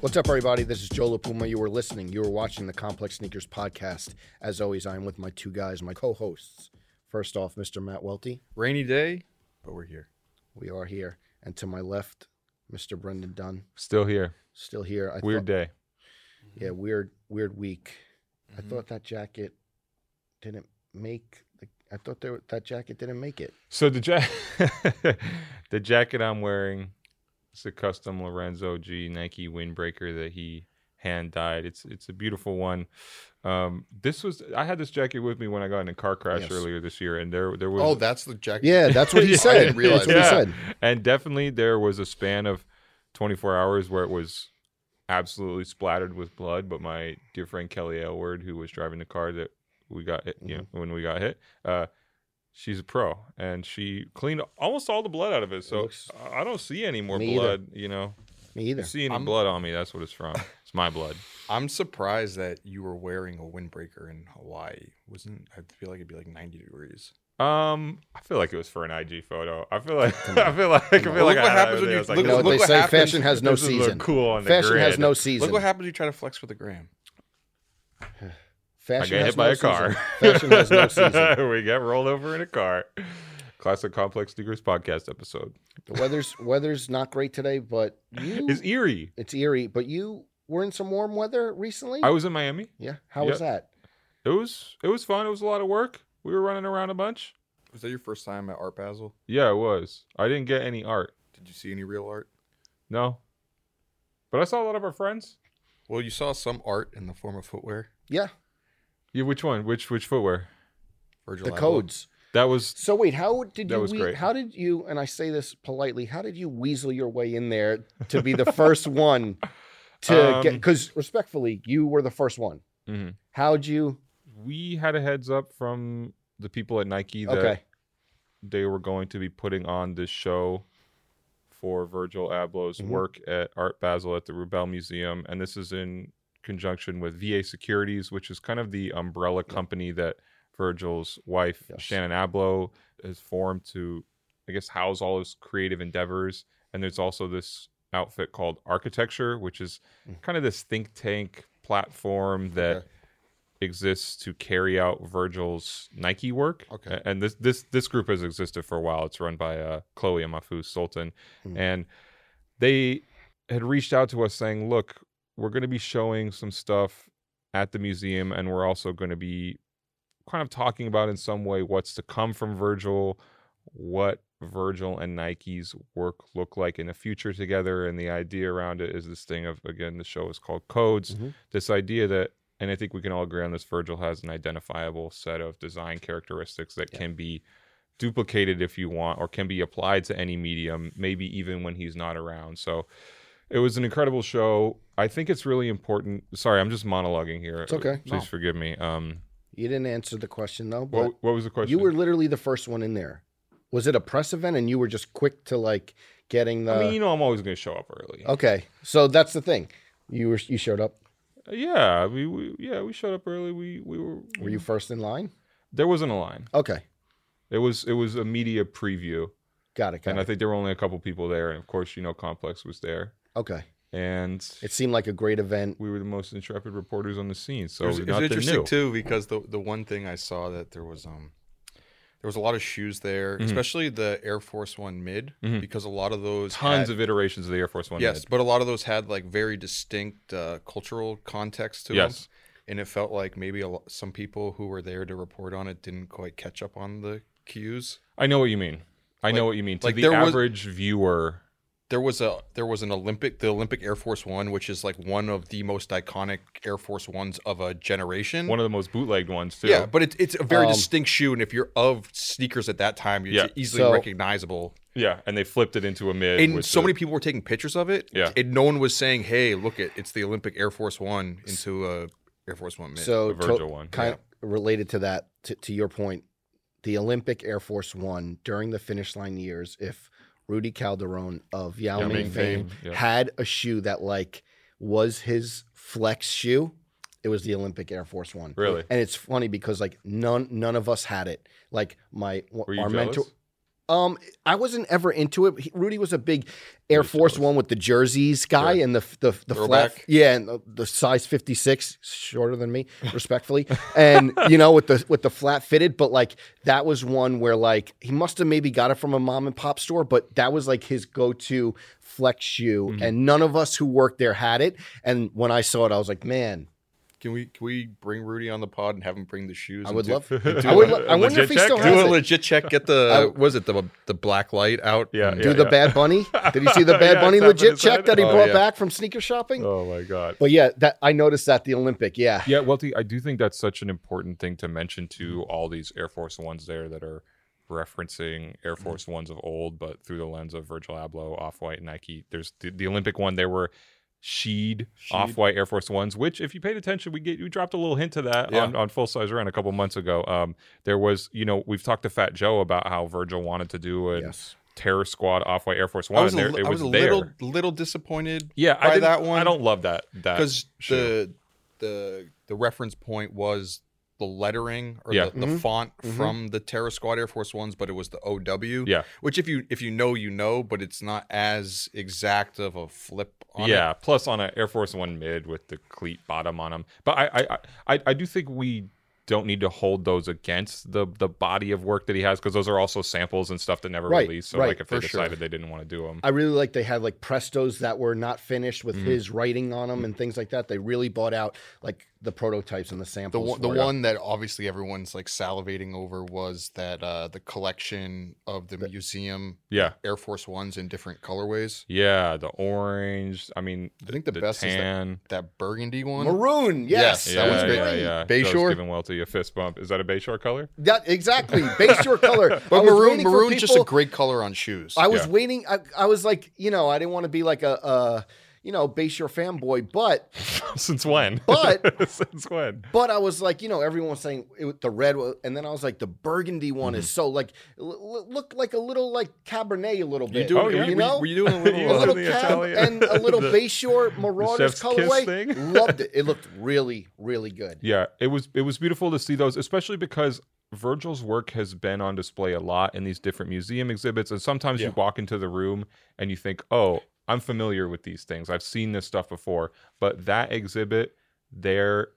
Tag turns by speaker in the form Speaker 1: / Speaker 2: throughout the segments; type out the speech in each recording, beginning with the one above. Speaker 1: What's up, everybody? This is Joe LaPuma. You are listening, you are watching the Complex Sneakers Podcast. As always, I am with my two guys, my co hosts. First off, Mr. Matt Welty.
Speaker 2: Rainy day, but we're here.
Speaker 1: We are here. And to my left, Mr. Brendan Dunn.
Speaker 3: Still here.
Speaker 1: Still here. I
Speaker 3: Weird
Speaker 1: thought,
Speaker 3: day.
Speaker 1: Yeah, weird, weird week.
Speaker 2: Mm-hmm.
Speaker 1: I thought that jacket didn't make. The, I thought there, that jacket didn't make it.
Speaker 3: So the ja- the jacket I'm wearing, it's a custom Lorenzo G Nike windbreaker that he hand dyed. It's it's a beautiful one. Um, this was I had this jacket with me when I got in a car crash
Speaker 2: Yes.
Speaker 3: earlier this year, and there there was
Speaker 2: Oh, that's the jacket.
Speaker 1: Yeah, that's what he
Speaker 3: Yeah.
Speaker 1: said.
Speaker 2: I didn't realize
Speaker 1: that's what
Speaker 3: that.
Speaker 1: he said.
Speaker 3: and definitely there was a span of 24 hours where it was absolutely splattered with blood but my dear friend kelly aylward who was driving the car that we got hit, you know when we got hit uh she's a pro and she cleaned almost all the blood out of it so
Speaker 1: looks-
Speaker 3: i I don't see any more
Speaker 1: Me either.
Speaker 3: blood you know
Speaker 1: Me
Speaker 3: If you
Speaker 1: either.
Speaker 3: see any
Speaker 2: I'm-
Speaker 3: blood on me that's what it's from it's my blood
Speaker 2: I'm surprised that you were wearing a windbreaker in Hawaii. Wasn't I feel like it'd be like 90 degrees.
Speaker 3: um i feel like it was for an ig photo i feel like i feel like i feel
Speaker 2: Look
Speaker 3: like
Speaker 2: what
Speaker 3: I had
Speaker 2: happens
Speaker 3: it
Speaker 2: when you-
Speaker 3: was like,
Speaker 1: You
Speaker 2: look-
Speaker 3: this
Speaker 1: know
Speaker 3: is-
Speaker 1: what they
Speaker 2: what
Speaker 1: say?
Speaker 2: happens-
Speaker 1: Fashion has no
Speaker 3: this is look
Speaker 1: season.
Speaker 3: cool on the
Speaker 1: Fashion has
Speaker 3: grid.
Speaker 1: no season.
Speaker 2: Look what happened. You try to flex with a gram.
Speaker 1: Fashion
Speaker 3: I get
Speaker 1: has
Speaker 3: hit
Speaker 1: no
Speaker 3: by a
Speaker 1: season.
Speaker 3: car.
Speaker 1: Fashion has no season.
Speaker 3: we get rolled over in a car. Classic Complex Sneakers podcast episode.
Speaker 1: The weather's weather's not great today, but you
Speaker 3: It's eerie.
Speaker 1: it's eerie. But you were in some warm weather recently.
Speaker 3: I was in Miami.
Speaker 1: yeah, how was that?
Speaker 3: It was it was fun. It was a lot of work. We were running around a bunch.
Speaker 2: Was that your first time at Art Basel?
Speaker 3: Yeah, it was. I didn't get any art.
Speaker 2: Did you see any real art?
Speaker 3: No. But I saw a lot of our friends.
Speaker 2: Well, you saw some art in the form of footwear.
Speaker 1: Yeah,
Speaker 3: Yeah, which one? Which which footwear?
Speaker 2: Virgil
Speaker 1: the
Speaker 2: Abloh.
Speaker 1: codes.
Speaker 3: That was
Speaker 1: So wait, how did
Speaker 3: That
Speaker 1: you?
Speaker 3: was
Speaker 1: wee-
Speaker 3: great.
Speaker 1: How did you? And I say this politely. How did you weasel your way in there to be the first one to get?
Speaker 3: Um,
Speaker 1: Because respectfully, you were the first one.
Speaker 3: Mhm.
Speaker 1: How'd you?
Speaker 3: we had a heads up from the people at Nike that
Speaker 1: Okay,
Speaker 3: they were going to be putting on this show for Virgil Abloh's
Speaker 1: Mhm.
Speaker 3: work at Art Basel at the Rubel Museum, and this is in conjunction with VA Securities, which is kind of the umbrella company that Virgil's wife
Speaker 1: Yes.
Speaker 3: Shannon Abloh has formed to, I guess, house all his creative endeavors. And there's also this outfit called Architecture, which is
Speaker 1: Mm.
Speaker 3: kind of this think tank platform that
Speaker 2: Okay.
Speaker 3: exists to carry out Virgil's Nike work.
Speaker 2: Okay.
Speaker 3: A- And this this this group has existed for a while. It's run by uh, Chloe and Mafu Sultan,
Speaker 1: Mm.
Speaker 3: and they had reached out to us saying, "Look, we're going to be showing some stuff at the museum, and we're also going to be kind of talking about in some way what's to come from Virgil, what." Virgil and Nike's work look like in the future together, and the idea around it is this thing of again, the show is called Codes.
Speaker 1: Mhm.
Speaker 3: This idea that and I think we can all agree on this. Virgil has an identifiable set of design characteristics that
Speaker 1: Yeah.
Speaker 3: can be duplicated if you want, or can be applied to any medium, maybe even when he's not around. So it was an incredible show. I think it's really important. Sorry, I'm just monologuing here.
Speaker 1: It's okay.
Speaker 3: Please
Speaker 2: No.
Speaker 3: forgive me. Um,
Speaker 1: you didn't answer the question though. But
Speaker 3: what, what was the question?
Speaker 1: you were literally the first one in there. Was it a press event, and you were just quick to like getting the? Oh.
Speaker 3: I mean, you know, I'm always going to show up early.
Speaker 1: Okay, so that's the thing. You were you showed up.
Speaker 3: Yeah, we, we yeah we showed up early. We we were.
Speaker 1: Were you first in line?
Speaker 3: There wasn't a line.
Speaker 1: Okay,
Speaker 3: It was it was a media preview,
Speaker 1: got it. Got
Speaker 3: and
Speaker 1: it.
Speaker 3: I think there were only a couple people there, and of course, you know, Complex was there.
Speaker 1: okay,
Speaker 3: and
Speaker 1: it seemed like a great event.
Speaker 3: we were the most intrepid reporters on the scene. So
Speaker 2: it was, it was
Speaker 3: nothing
Speaker 2: interesting
Speaker 3: new.
Speaker 2: too because the the one thing I saw that there was um there was a lot of shoes there,
Speaker 3: Mhm.
Speaker 2: especially the Air Force One mid,
Speaker 3: Mhm.
Speaker 2: because a lot of those
Speaker 3: Tons
Speaker 2: had-
Speaker 3: of iterations of the Air Force One.
Speaker 2: yes,
Speaker 3: mid.
Speaker 2: but a lot of those had like very distinct uh, cultural context to them,
Speaker 3: yes,
Speaker 2: and it felt like maybe a lo- some people who were there to report on it didn't quite catch up on the cues.
Speaker 3: I know what you mean. I know
Speaker 2: Like-
Speaker 3: what you mean. To
Speaker 2: like
Speaker 3: the
Speaker 2: there was-
Speaker 3: average viewer,
Speaker 2: There was a there was an Olympic the Olympic Air Force One, which is like one of the most iconic Air Force Ones of a generation.
Speaker 3: one of the most bootlegged ones too.
Speaker 2: Yeah, but it's it's a very
Speaker 1: Um,
Speaker 2: distinct shoe, and if you're of sneakers at that time, it's
Speaker 3: Yeah.
Speaker 2: easily
Speaker 1: So-
Speaker 2: recognizable.
Speaker 3: yeah, and they flipped it into a mid.
Speaker 2: And
Speaker 3: with
Speaker 2: so
Speaker 3: the-
Speaker 2: many people were taking pictures of it.
Speaker 3: Yeah.
Speaker 2: and no one was saying, "Hey, look it, it's the Olympic Air Force One into a Air Force One." Mid.
Speaker 1: So
Speaker 3: The
Speaker 1: to-
Speaker 3: Virgil one,
Speaker 1: kind of related to that, to, to your point, the Olympic Air Force One during the finish line years, if Rudy Calderon of Yao,
Speaker 3: Yao
Speaker 1: Ming,
Speaker 3: Ming
Speaker 1: fame,
Speaker 3: fame, yeah.
Speaker 1: had a shoe that like was his flex shoe, it was the Olympic Air Force One.
Speaker 3: Really?
Speaker 1: And it's funny because like none none of us had it. Like my
Speaker 3: Were you
Speaker 1: our mentor.
Speaker 3: jealous?
Speaker 1: Um, I wasn't ever into it. He- Rudy was a big Air Force One with the jerseys guy and the the the flat,
Speaker 2: Throwback.
Speaker 1: yeah, and the, the size fifty six, shorter than me, respectfully, and you know with the with the flat fitted. But like that was one where like he must have maybe got it from a mom and pop store, but that was like his go to flex shoe, and none of us who worked there had it. And when I saw it, I was like, man,
Speaker 2: Can we can we bring Rudy on the pod and have him bring the shoes?
Speaker 1: I
Speaker 2: and
Speaker 1: would
Speaker 2: do-
Speaker 1: love.
Speaker 3: do
Speaker 1: I would.
Speaker 3: a
Speaker 1: lo- I wonder if
Speaker 3: legit
Speaker 1: he
Speaker 3: check?
Speaker 1: still
Speaker 2: do
Speaker 1: has
Speaker 2: a
Speaker 1: it.
Speaker 2: legit check. Get the was it the the black light out?
Speaker 3: Yeah,
Speaker 2: and
Speaker 1: do
Speaker 3: yeah.
Speaker 1: the Bad Bunny? Did you see the Bad
Speaker 3: Yeah,
Speaker 1: Bunny
Speaker 3: it's happened,
Speaker 1: legit
Speaker 3: it's
Speaker 1: check
Speaker 3: happened.
Speaker 1: that he
Speaker 2: Oh,
Speaker 1: brought
Speaker 2: yeah.
Speaker 1: back from sneaker shopping?
Speaker 3: Oh my god.
Speaker 1: But yeah, that I noticed that the Olympic. Yeah,
Speaker 3: Yeah, Welty, I do think that's such an important thing to mention to all these Air Force Ones there that are referencing
Speaker 2: Mm-hmm.
Speaker 3: Air Force Ones of old, but through the lens of Virgil Abloh, Off White, Nike. There's the, the Olympic one. There were Sheed,
Speaker 2: Sheed.
Speaker 3: Off White Air Force Ones, which if you paid attention, we get we dropped a little hint to that
Speaker 2: Yeah.
Speaker 3: on, on Full Size Run a couple months ago. Um, there was, you know, we've talked to Fat Joe about how Virgil wanted to do a
Speaker 1: yes.
Speaker 3: Terror Squad Off White Air Force One.
Speaker 2: I was a,
Speaker 3: and there,
Speaker 2: li-
Speaker 3: it
Speaker 2: I
Speaker 3: was
Speaker 2: was a
Speaker 3: there.
Speaker 2: little little disappointed
Speaker 3: yeah,
Speaker 2: by
Speaker 3: I didn't-
Speaker 2: that one.
Speaker 3: I don't love that that
Speaker 2: because
Speaker 3: shoe.
Speaker 2: the the the reference point was the lettering or
Speaker 3: Yeah.
Speaker 2: the, the
Speaker 1: Mhm.
Speaker 2: font
Speaker 1: Mhm.
Speaker 2: from the Terra Squad Air Force Ones, but it was the OW.
Speaker 3: Yeah.
Speaker 2: Which if you if you know you know, but it's not as exact of a flip. on
Speaker 3: yeah,
Speaker 2: It.
Speaker 3: plus on an Air Force One mid with the cleat bottom on them. But I, I, I- I, I do think we don't need to hold those against the the body of work that he has because those are also samples and stuff that never
Speaker 1: Right,
Speaker 3: released. So
Speaker 1: right,
Speaker 3: like if they
Speaker 2: for sure.
Speaker 3: decided they didn't want to do them,
Speaker 1: I really like they had like Prestos that were not finished with his writing on them and things like that. They really bought out like the prototypes and the
Speaker 2: The
Speaker 1: samples.
Speaker 2: one, the
Speaker 1: for it.
Speaker 2: one that obviously everyone's like salivating over was that uh, the collection of the, museum
Speaker 3: yeah,
Speaker 2: Air Force Ones in different colorways.
Speaker 3: yeah, the orange. I mean,
Speaker 2: I think the, best is
Speaker 3: tan.
Speaker 2: that, that burgundy one.
Speaker 1: maroon. Yes,
Speaker 2: Yes,
Speaker 3: yeah,
Speaker 2: that one's great.
Speaker 3: yeah, yeah.
Speaker 2: Bayshore?
Speaker 3: Joe's giving Welty a fist bump. Is that a Bayshore color?
Speaker 1: That exactly. Base your color. I
Speaker 2: But
Speaker 1: was
Speaker 2: maroon,
Speaker 1: waiting for
Speaker 2: maroon's just a
Speaker 1: people-
Speaker 2: great color on shoes.
Speaker 1: I was
Speaker 3: Yeah.
Speaker 1: waiting. I, I was like, you know, I didn't want to be like a, a you know, base your fanboy, but
Speaker 3: Since when?
Speaker 1: But-
Speaker 3: since when?
Speaker 1: But I was like, you know, everyone was saying it, the red, wa- and then I was like, the burgundy one
Speaker 2: Mm-hmm.
Speaker 1: is so like l- l- look like a little like Cabernet a little bit.
Speaker 2: you doing?
Speaker 3: Oh, yeah.
Speaker 2: were,
Speaker 1: you
Speaker 2: you,
Speaker 1: know,
Speaker 2: were you doing a
Speaker 1: a
Speaker 3: You
Speaker 2: little?
Speaker 3: doing
Speaker 1: little
Speaker 3: the
Speaker 1: cab
Speaker 3: Italian-
Speaker 1: and a little
Speaker 3: the-
Speaker 1: Bayshore Marauders
Speaker 3: chef's kiss
Speaker 1: colorway.
Speaker 3: thing?
Speaker 1: Loved it. It looked really, really good.
Speaker 3: Yeah, it was it was beautiful to see those, especially because Virgil's work has been on display a lot in these different museum exhibits, and sometimes
Speaker 2: Yeah.
Speaker 3: you walk into the room and you think, "Oh, I'm familiar with these things. I've seen this stuff before." But that exhibit there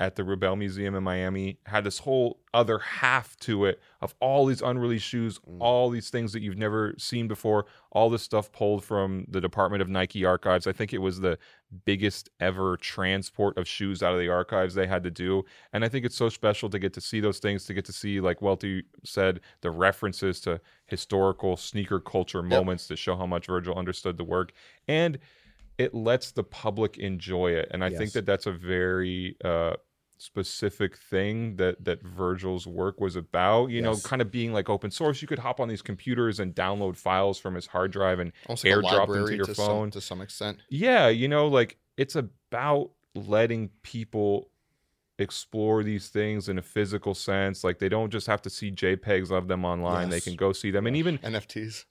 Speaker 3: at the Rubel Museum in Miami had this whole other half to it of all these unreleased shoes, all these things that you've never seen before, all this stuff pulled from the Department of Nike archives. I think it was the biggest ever transport of shoes out of the archives they had to do. And I think it's so special to get to see those things, to get to see, like Welty said, the references to historical sneaker culture moments to show how much Virgil understood the work. And it lets the public enjoy it. And I
Speaker 1: Yes.
Speaker 3: think that that's a very uh, specific thing that that Virgil's work was about. You
Speaker 1: Yes.
Speaker 3: know, kind of being like open source. You could hop on these computers and download files from his hard drive and
Speaker 2: almost like a
Speaker 3: airdrop them to
Speaker 2: library
Speaker 3: your
Speaker 2: to
Speaker 3: phone.
Speaker 2: some, to some extent.
Speaker 3: yeah, you know, like it's about letting people explore these things in a physical sense. Like they don't just have to see JPEGs of them online. They
Speaker 1: Yes.
Speaker 3: can go see them. And even
Speaker 2: NFTs.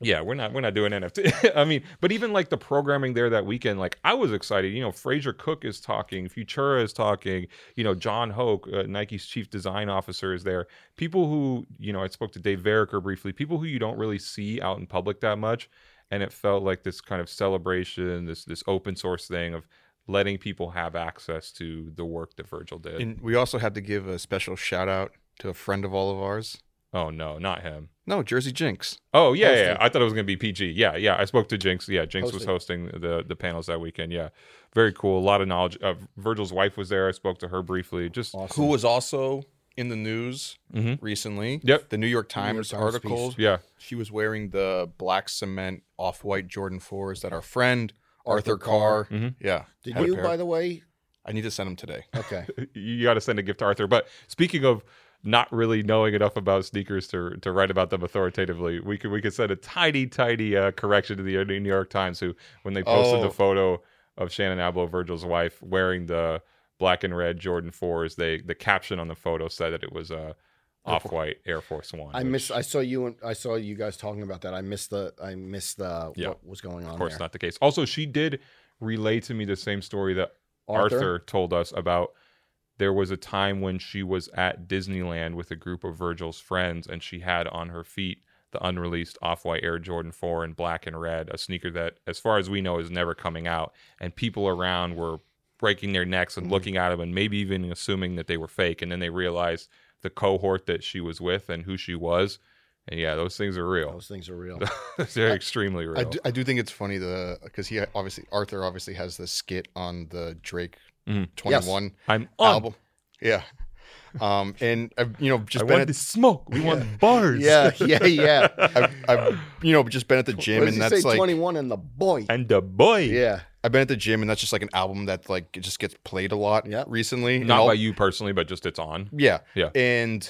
Speaker 3: yeah, we're not we're not doing NFT. I mean, but even like the programming there that weekend, like I was excited. You know, Fraser Cook is talking, Futura is talking. You know, John Hoke, uh, Nike's chief design officer, is there. People who you know, I spoke to Dave Vericker briefly. People who you don't really see out in public that much, and it felt like this kind of celebration, this this open source thing of letting people have access to the work that Virgil did.
Speaker 2: And we also have to give a special shout out to a friend of all of ours.
Speaker 3: oh no, not him.
Speaker 2: No, Jersey Jinx.
Speaker 3: Oh yeah, yeah,
Speaker 1: Hosting.
Speaker 3: yeah. I thought it was gonna be PG. Yeah, yeah. I spoke to Jinx. Yeah, Jinx was hosting the the panels that weekend. Yeah, very cool. A lot of knowledge. Uh, Virgil's wife was there. I spoke to her briefly. Just
Speaker 2: Who was also in the news
Speaker 3: Mhm.
Speaker 2: recently.
Speaker 3: Yep.
Speaker 2: The New York Times,
Speaker 1: Times
Speaker 2: article.
Speaker 1: piece.
Speaker 3: yeah,
Speaker 2: She was wearing the black cement off white Jordan 4s that our friend Arthur Carr.
Speaker 3: Mhm.
Speaker 2: Yeah.
Speaker 1: Did
Speaker 2: had a
Speaker 1: you,
Speaker 2: pair.
Speaker 1: by the way?
Speaker 2: I need to send him today.
Speaker 1: Okay.
Speaker 3: you got to send a gift to Arthur. But speaking of not really knowing enough about sneakers to to write about them authoritatively, we could we could send a tiny tiny uh, correction to the New York Times who when they posted
Speaker 2: Oh.
Speaker 3: the photo of Shannon Abloh, Virgil's wife, wearing the black and red Jordan fours, they the caption on the photo said that it was a. Uh, off-white Air Force One.
Speaker 1: I
Speaker 3: which-
Speaker 1: miss. I saw you. and I saw you guys talking about that. I missed the. I missed the.
Speaker 3: Yeah.
Speaker 1: What was going on?
Speaker 3: of course
Speaker 1: there.
Speaker 3: not the case. Also, she did relay to me the same story that Arthur? told us about. There was a time when she was at Disneyland with a group of Virgil's friends, and she had on her feet the unreleased off-white Air Jordan 4 in black and red, a sneaker that as far as we know is never coming out and people around were breaking their necks and
Speaker 2: Mm-hmm.
Speaker 1: Mhm.
Speaker 3: looking at them and maybe even assuming that they were fake and then they realized the cohort that she was with and who she was and yeah, those things are real.
Speaker 1: Those things are real.
Speaker 3: They're extremely real.
Speaker 2: I do, I do think it's funny the because he obviously Arthur obviously has the skit on the Drake
Speaker 3: Mhm.
Speaker 2: twenty one
Speaker 3: I'm on.
Speaker 2: album. Yeah. Um, and I've you know just
Speaker 3: I
Speaker 2: been
Speaker 3: want
Speaker 2: at,
Speaker 3: the smoke. We want bars.
Speaker 1: Yeah, yeah, yeah.
Speaker 2: I've, I've you know just been at the gym
Speaker 1: what does
Speaker 2: and
Speaker 1: he
Speaker 2: that's
Speaker 1: say?
Speaker 2: like
Speaker 1: 21 and the boy.
Speaker 3: and the boy.
Speaker 1: yeah.
Speaker 2: I've been at the gym and that's just like an album that like it just gets played a lot
Speaker 1: Yeah.
Speaker 2: recently. and
Speaker 3: Not
Speaker 2: all-
Speaker 3: by you personally, but just it's on.
Speaker 2: Yeah.
Speaker 3: Yeah.
Speaker 2: And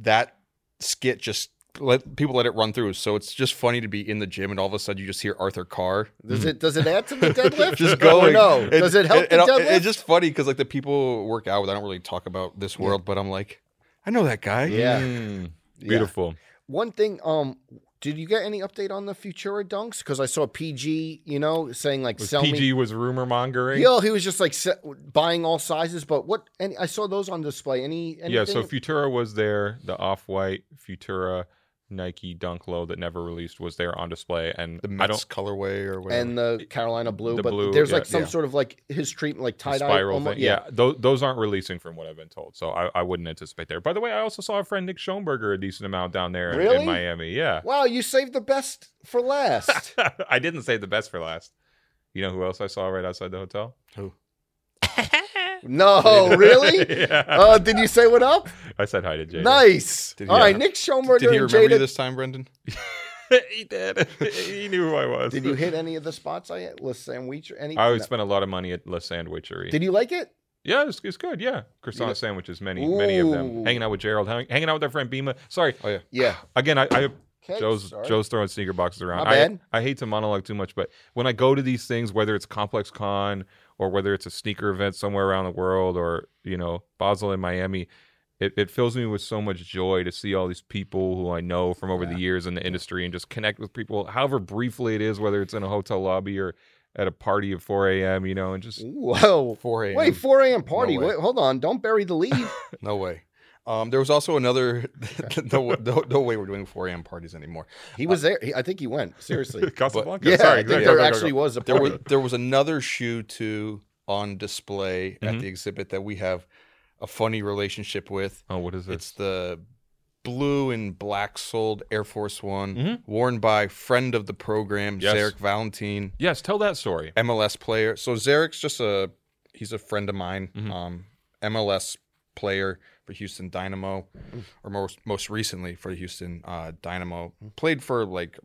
Speaker 2: that skit just let people let it run through. So it's just funny to be in the gym and all of a sudden you just hear Arthur Carr
Speaker 3: Hmm.
Speaker 1: Does it does it add to the deadlift?
Speaker 2: just
Speaker 1: Or
Speaker 2: going.
Speaker 1: no. Does it help the deadlift?
Speaker 2: It's just funny because like the people who work out with. I don't really talk about this world, but I'm like, I know that guy.
Speaker 1: Yeah.
Speaker 3: Mm,
Speaker 1: Yeah.
Speaker 3: beautiful.
Speaker 1: One thing, um, did you get any update on the Futura dunks? Because I saw PG, you know, saying like
Speaker 3: Was
Speaker 1: sell
Speaker 3: PG
Speaker 1: me.
Speaker 3: was rumor mongering.
Speaker 1: Yo, he was just like se- buying all sizes. But what? And I saw those on display. Any? Anything?
Speaker 3: Yeah, so Futura was there. The off-white Futura Nike Dunk Low that never released was there on display, and
Speaker 2: The
Speaker 3: I
Speaker 2: Mets
Speaker 3: don't
Speaker 2: colorway or whatever.
Speaker 1: and the Carolina blue,
Speaker 3: The
Speaker 1: but
Speaker 3: blue,
Speaker 1: there's
Speaker 3: yeah,
Speaker 1: like some
Speaker 2: yeah.
Speaker 1: sort of like his treatment, like
Speaker 3: the
Speaker 1: tie dye
Speaker 3: spiral
Speaker 1: almo-
Speaker 3: thing. Yeah, those, those aren't releasing from what I've been told, so I, I wouldn't anticipate there. By the way, I also saw a friend Nick Schoenberger a decent amount down there in- in,
Speaker 1: Really?
Speaker 3: Miami. Yeah,
Speaker 1: Wow, you saved the best for last.
Speaker 3: I didn't say the best for last. You know who else I saw right outside the hotel?
Speaker 1: no, Oh, really?
Speaker 3: yeah.
Speaker 1: Uh, did you say what up?
Speaker 3: I said hi to Jay.
Speaker 1: Nice.
Speaker 2: Did he-
Speaker 1: All right,
Speaker 3: uh,
Speaker 2: yeah.
Speaker 1: Nick Schoenberger
Speaker 2: Did he
Speaker 1: and
Speaker 2: remember
Speaker 1: Jada.
Speaker 2: you this time, Brendan?
Speaker 3: he did. he knew who I was.
Speaker 1: Did you hit any of the spots I hit? List sandwich or any?
Speaker 3: I would
Speaker 1: no.
Speaker 3: spend a lot of money at La Sandwichery.
Speaker 1: Did you like it?
Speaker 3: Yeah, it's, it's good. Yeah, croissant
Speaker 1: Yeah.
Speaker 3: sandwiches, many, many of them.
Speaker 1: Ooh.
Speaker 3: Hanging out with Gerald, hang, hanging out with our friend Bima. Sorry,
Speaker 2: Oh yeah.
Speaker 1: Yeah.
Speaker 3: again, I, I
Speaker 1: Okay,
Speaker 3: Joe's
Speaker 1: sorry.
Speaker 3: Joe's throwing sneaker boxes around.
Speaker 1: My
Speaker 3: I,
Speaker 1: bad.
Speaker 3: I hate to monologue too much, but when I go to these things, whether it's Complex Con or whether it's a sneaker event somewhere around the world or you know Basel in Miami, it, it fills me with so much joy to see all these people who I know from over the years in the industry and just connect with people, however briefly it is, whether it's in a hotel lobby or at a party at 4 a.m. You know, and just
Speaker 1: Whoa.
Speaker 2: Four a.m.
Speaker 1: Wait, 4 a.m. party.
Speaker 2: way.
Speaker 1: Wait, hold on. Don't bury the lead.
Speaker 2: No way. Um, there was also another. no, no, no way we're doing 4 a.m. parties anymore.
Speaker 1: He was there. He, I think he went. Seriously.
Speaker 3: Casablanca.
Speaker 1: yeah,
Speaker 3: Sorry,
Speaker 1: I think
Speaker 3: go, go,
Speaker 1: there
Speaker 3: go, go, go.
Speaker 1: actually was a
Speaker 2: There
Speaker 1: party.
Speaker 2: was there was another shoe too on display at
Speaker 3: Mhm.
Speaker 2: the exhibit that we have a funny relationship with.
Speaker 3: Oh, what is it?
Speaker 2: It's the blue and black soled Air Force One
Speaker 3: Mhm.
Speaker 2: worn by friend of the program
Speaker 3: Yes.
Speaker 2: Zarek Valentine,
Speaker 3: yes, tell that story.
Speaker 2: MLS player. So Zarek's just a he's a friend of mine,
Speaker 3: Mhm.
Speaker 2: um, MLS player for Houston Dynamo, or most most recently for the Houston uh, Dynamo. Played for like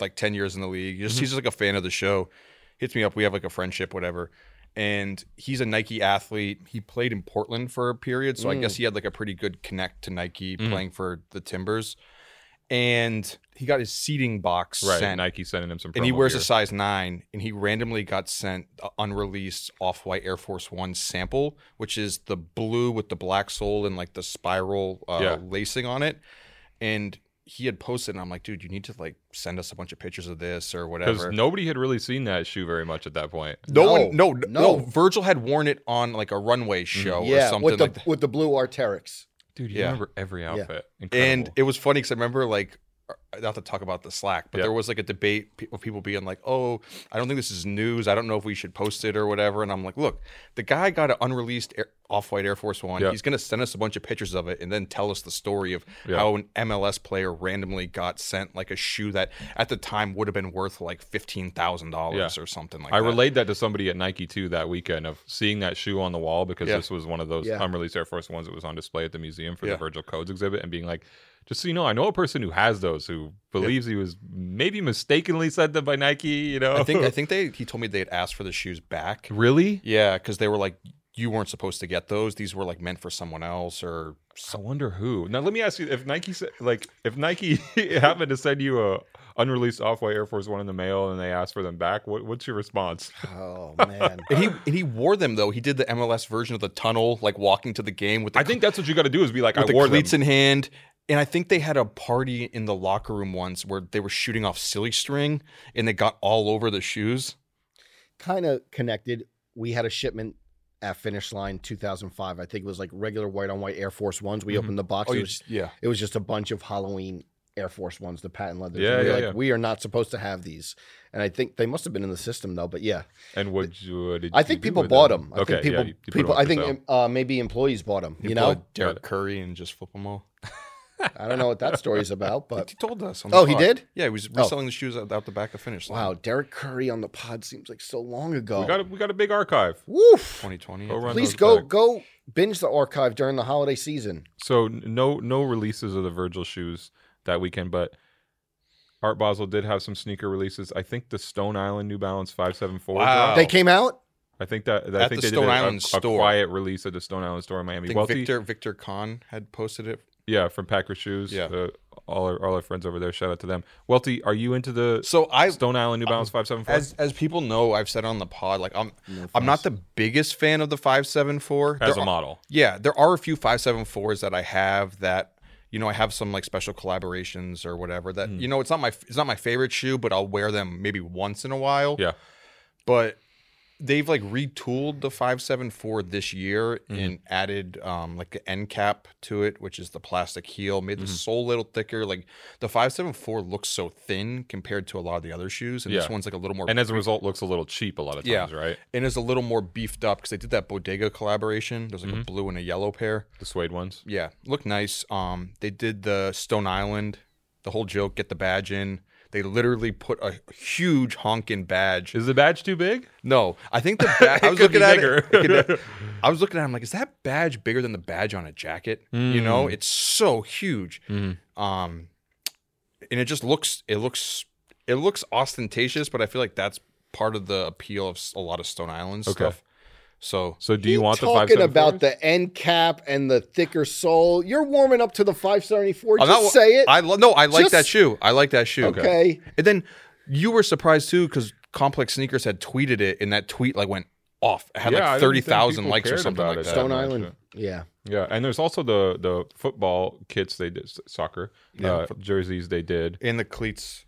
Speaker 2: like ten years in the league. Just he's just like a fan of the show. Hits me up. We have like a friendship, whatever. And he's a Nike athlete. He played in Portland for a period, so I
Speaker 1: Mm.
Speaker 2: guess he had like a pretty good connect to Nike
Speaker 3: Mm.
Speaker 2: playing for the Timbers. And he got his seating box
Speaker 3: Right,
Speaker 2: sent
Speaker 3: Nike sending him some.
Speaker 2: and he
Speaker 3: promo
Speaker 2: wears
Speaker 3: gear.
Speaker 2: a size nine, and he randomly got sent a unreleased off white Air Force One sample, which is the blue with the black sole and like the spiral uh,
Speaker 3: Yeah.
Speaker 2: lacing on it. And he had posted, and I'm like, dude, you need to like send us a bunch of pictures of this or
Speaker 3: because
Speaker 2: whatever.
Speaker 3: nobody had really seen that shoe very much at that point.
Speaker 2: No, one, no,
Speaker 1: No,
Speaker 2: no,
Speaker 1: no.
Speaker 2: Virgil had worn it on like a runway show or
Speaker 1: yeah,
Speaker 2: something
Speaker 1: with the
Speaker 2: like that.
Speaker 1: with the blue Arterix.
Speaker 3: Dude, you
Speaker 2: Yeah.
Speaker 3: remember every outfit. Incredible.
Speaker 2: And it was funny because I remember like uh, not to talk about the Slack, but
Speaker 3: Yeah.
Speaker 2: there was like a debate pe- of people being like, "Oh, I don't think this is news. I don't know if we should post it or whatever." And I'm like, "Look, the guy got an unreleased Air- off-white Air Force One.
Speaker 3: Yeah.
Speaker 2: He's going to send us a bunch of pictures of it and then tell us the story of
Speaker 3: Yeah.
Speaker 2: how an MLS player randomly got sent like a shoe that at the time would have been worth like fifteen thousand dollars or something like
Speaker 3: I
Speaker 2: that."
Speaker 3: relayed that to somebody at Nike too that weekend of seeing that shoe on the wall because
Speaker 2: Yeah.
Speaker 3: this was one of those
Speaker 1: Yeah.
Speaker 3: unreleased Air Force ones that was on display at the museum for
Speaker 2: Yeah.
Speaker 3: the Virgil Codes exhibit and being like, just so you know, I know a person who has those who believes he was maybe mistakenly sent them by Nike. You know,
Speaker 2: I think I think they he told me they had asked for the shoes back.
Speaker 3: really.
Speaker 2: Yeah, because they were like, "You weren't supposed to get those. These were like meant for someone else or."
Speaker 3: I wonder who. Now let me ask you: If Nike, se- like, if Nike happened to send you a unreleased off-white Air Force One in the mail and they asked for them back, what, what's your response?
Speaker 1: Oh man.
Speaker 2: And he and he wore them though. He did the MLS version of the tunnel, like walking to the game with the
Speaker 3: I think that's what you got to do is be like,
Speaker 2: with
Speaker 3: I
Speaker 2: the
Speaker 3: wore them.
Speaker 2: cleats in hand. And I think they had a party in the locker room once where they were shooting off silly string and they got all over the
Speaker 1: Oh,
Speaker 2: shoes.
Speaker 1: kind of connected. We had a shipment at Finish Line 2005. I think it was like regular white on white Air Force Ones. We
Speaker 3: Mhm.
Speaker 2: Oh,
Speaker 1: opened the box. it, was,
Speaker 2: yeah.
Speaker 1: it was just a bunch of Halloween Air Force Ones, the patent leathers.
Speaker 3: Yeah,
Speaker 1: we
Speaker 3: yeah,
Speaker 1: like,
Speaker 3: yeah.
Speaker 1: We are not supposed to have these, and I think they must have been in the system though. But yeah,
Speaker 3: And what, you- what did
Speaker 1: I
Speaker 3: you
Speaker 1: think
Speaker 3: do
Speaker 1: people
Speaker 3: with
Speaker 1: bought them. I
Speaker 3: okay,
Speaker 1: think people,
Speaker 3: yeah, you- you put 'em
Speaker 1: people.
Speaker 3: up
Speaker 1: I
Speaker 3: for sale.
Speaker 1: think uh, maybe employees bought them. You,
Speaker 2: pull
Speaker 1: know,
Speaker 2: a Derek Curry and just flip them all.
Speaker 1: I don't know what that story's about, but
Speaker 2: he told us. on the
Speaker 1: oh, he
Speaker 2: pod.
Speaker 1: did.
Speaker 2: Yeah, he was reselling the shoes out, out the back of finish line.
Speaker 1: Wow, Derek Curry on the pod seems like so long ago.
Speaker 3: We got a, we got a big archive.
Speaker 1: Woof.
Speaker 2: 2020.
Speaker 3: Go
Speaker 2: I
Speaker 3: run
Speaker 2: think.
Speaker 1: Please
Speaker 3: those
Speaker 1: go
Speaker 3: back.
Speaker 1: go binge the archive during the holiday season.
Speaker 3: So n- no no releases of the Virgil shoes that weekend, but Art Basel did have some sneaker releases. I think the Stone Island New Balance 574.
Speaker 2: Wow.
Speaker 3: dropped.
Speaker 1: They came out.
Speaker 3: I think that I
Speaker 2: At
Speaker 3: think
Speaker 2: the
Speaker 3: they
Speaker 2: Stone
Speaker 3: did a- a,
Speaker 2: Island
Speaker 3: a
Speaker 2: store.
Speaker 3: quiet release at the Stone Island store in Miami.
Speaker 2: I think
Speaker 3: Wealthy,
Speaker 2: Victor Victor Khan had posted it.
Speaker 3: yeah, from Packer Shoes.
Speaker 2: Yeah.
Speaker 3: uh, all our all our friends over there. Shout out to them. Wealthy, are you into the
Speaker 2: So I,
Speaker 3: Stone Island New Balance 574?
Speaker 2: as as people know, I've said on the pod, like I'm I'm not the biggest fan of the 574
Speaker 3: as
Speaker 2: There
Speaker 3: a
Speaker 2: are-
Speaker 3: model,
Speaker 2: Yeah, there are a few 574s that I have that you know I have some like special collaborations or whatever that
Speaker 3: Mm.
Speaker 2: you know it's not my it's not my favorite shoe, but I'll wear them maybe once in a while.
Speaker 3: Yeah.
Speaker 2: But they've like retooled the 574 this year
Speaker 3: Mm-hmm.
Speaker 2: and added um like an end cap to it, which is the plastic heel, made
Speaker 3: Mm-hmm.
Speaker 2: the sole a little thicker. Like the 574 looks so thin compared to a lot of the other shoes and this
Speaker 3: Yeah.
Speaker 2: one's like a little more
Speaker 3: and as a result, looks a little cheap a lot of
Speaker 2: Yeah.
Speaker 3: times, right?
Speaker 2: and is a little more beefed up because they did that bodega collaboration. There's
Speaker 3: Mm-hmm.
Speaker 2: like a blue and a yellow pair.
Speaker 3: The suede ones.
Speaker 2: Yeah, look nice. Um, they did the Stone Island, the whole joke, get the badge in. They literally put a huge honkin' badge.
Speaker 3: Is the badge too big?
Speaker 2: No, I think the badge. I was
Speaker 3: could be
Speaker 2: looking at it.
Speaker 3: bigger.
Speaker 2: it could be- I was looking at. It, I'm like, is that badge bigger than the badge on a jacket? You know,
Speaker 3: Hmm.
Speaker 2: it's so huge.
Speaker 3: Mm-hmm.
Speaker 2: Um, and it just looks. It looks. It looks ostentatious, but I feel like that's part of the appeal of s- a lot of Stone Island
Speaker 3: Okay.
Speaker 2: stuff. So
Speaker 3: So do you
Speaker 1: He
Speaker 3: want the
Speaker 1: talking
Speaker 3: 574?
Speaker 1: about the end cap and the thicker sole? You're warming up to the 574. Just
Speaker 2: not-
Speaker 1: say it.
Speaker 2: I lo- no, I like that
Speaker 1: Just-
Speaker 2: shoe. I like that shoe.
Speaker 1: okay.
Speaker 2: And then you were surprised too because Complex Sneakers had tweeted it, and that tweet like went off. It had
Speaker 3: Yeah, I
Speaker 2: like
Speaker 3: didn't
Speaker 2: thirty
Speaker 3: think
Speaker 2: thousand
Speaker 3: people
Speaker 2: likes or
Speaker 3: cared
Speaker 2: something
Speaker 3: about
Speaker 2: like
Speaker 3: it
Speaker 2: that.
Speaker 3: that
Speaker 1: Stone
Speaker 3: much.
Speaker 1: Island. Yeah.
Speaker 3: Yeah, and there's also the the football kits they did s- soccer
Speaker 2: Yeah.
Speaker 3: uh, jerseys they did.
Speaker 2: In the cleats,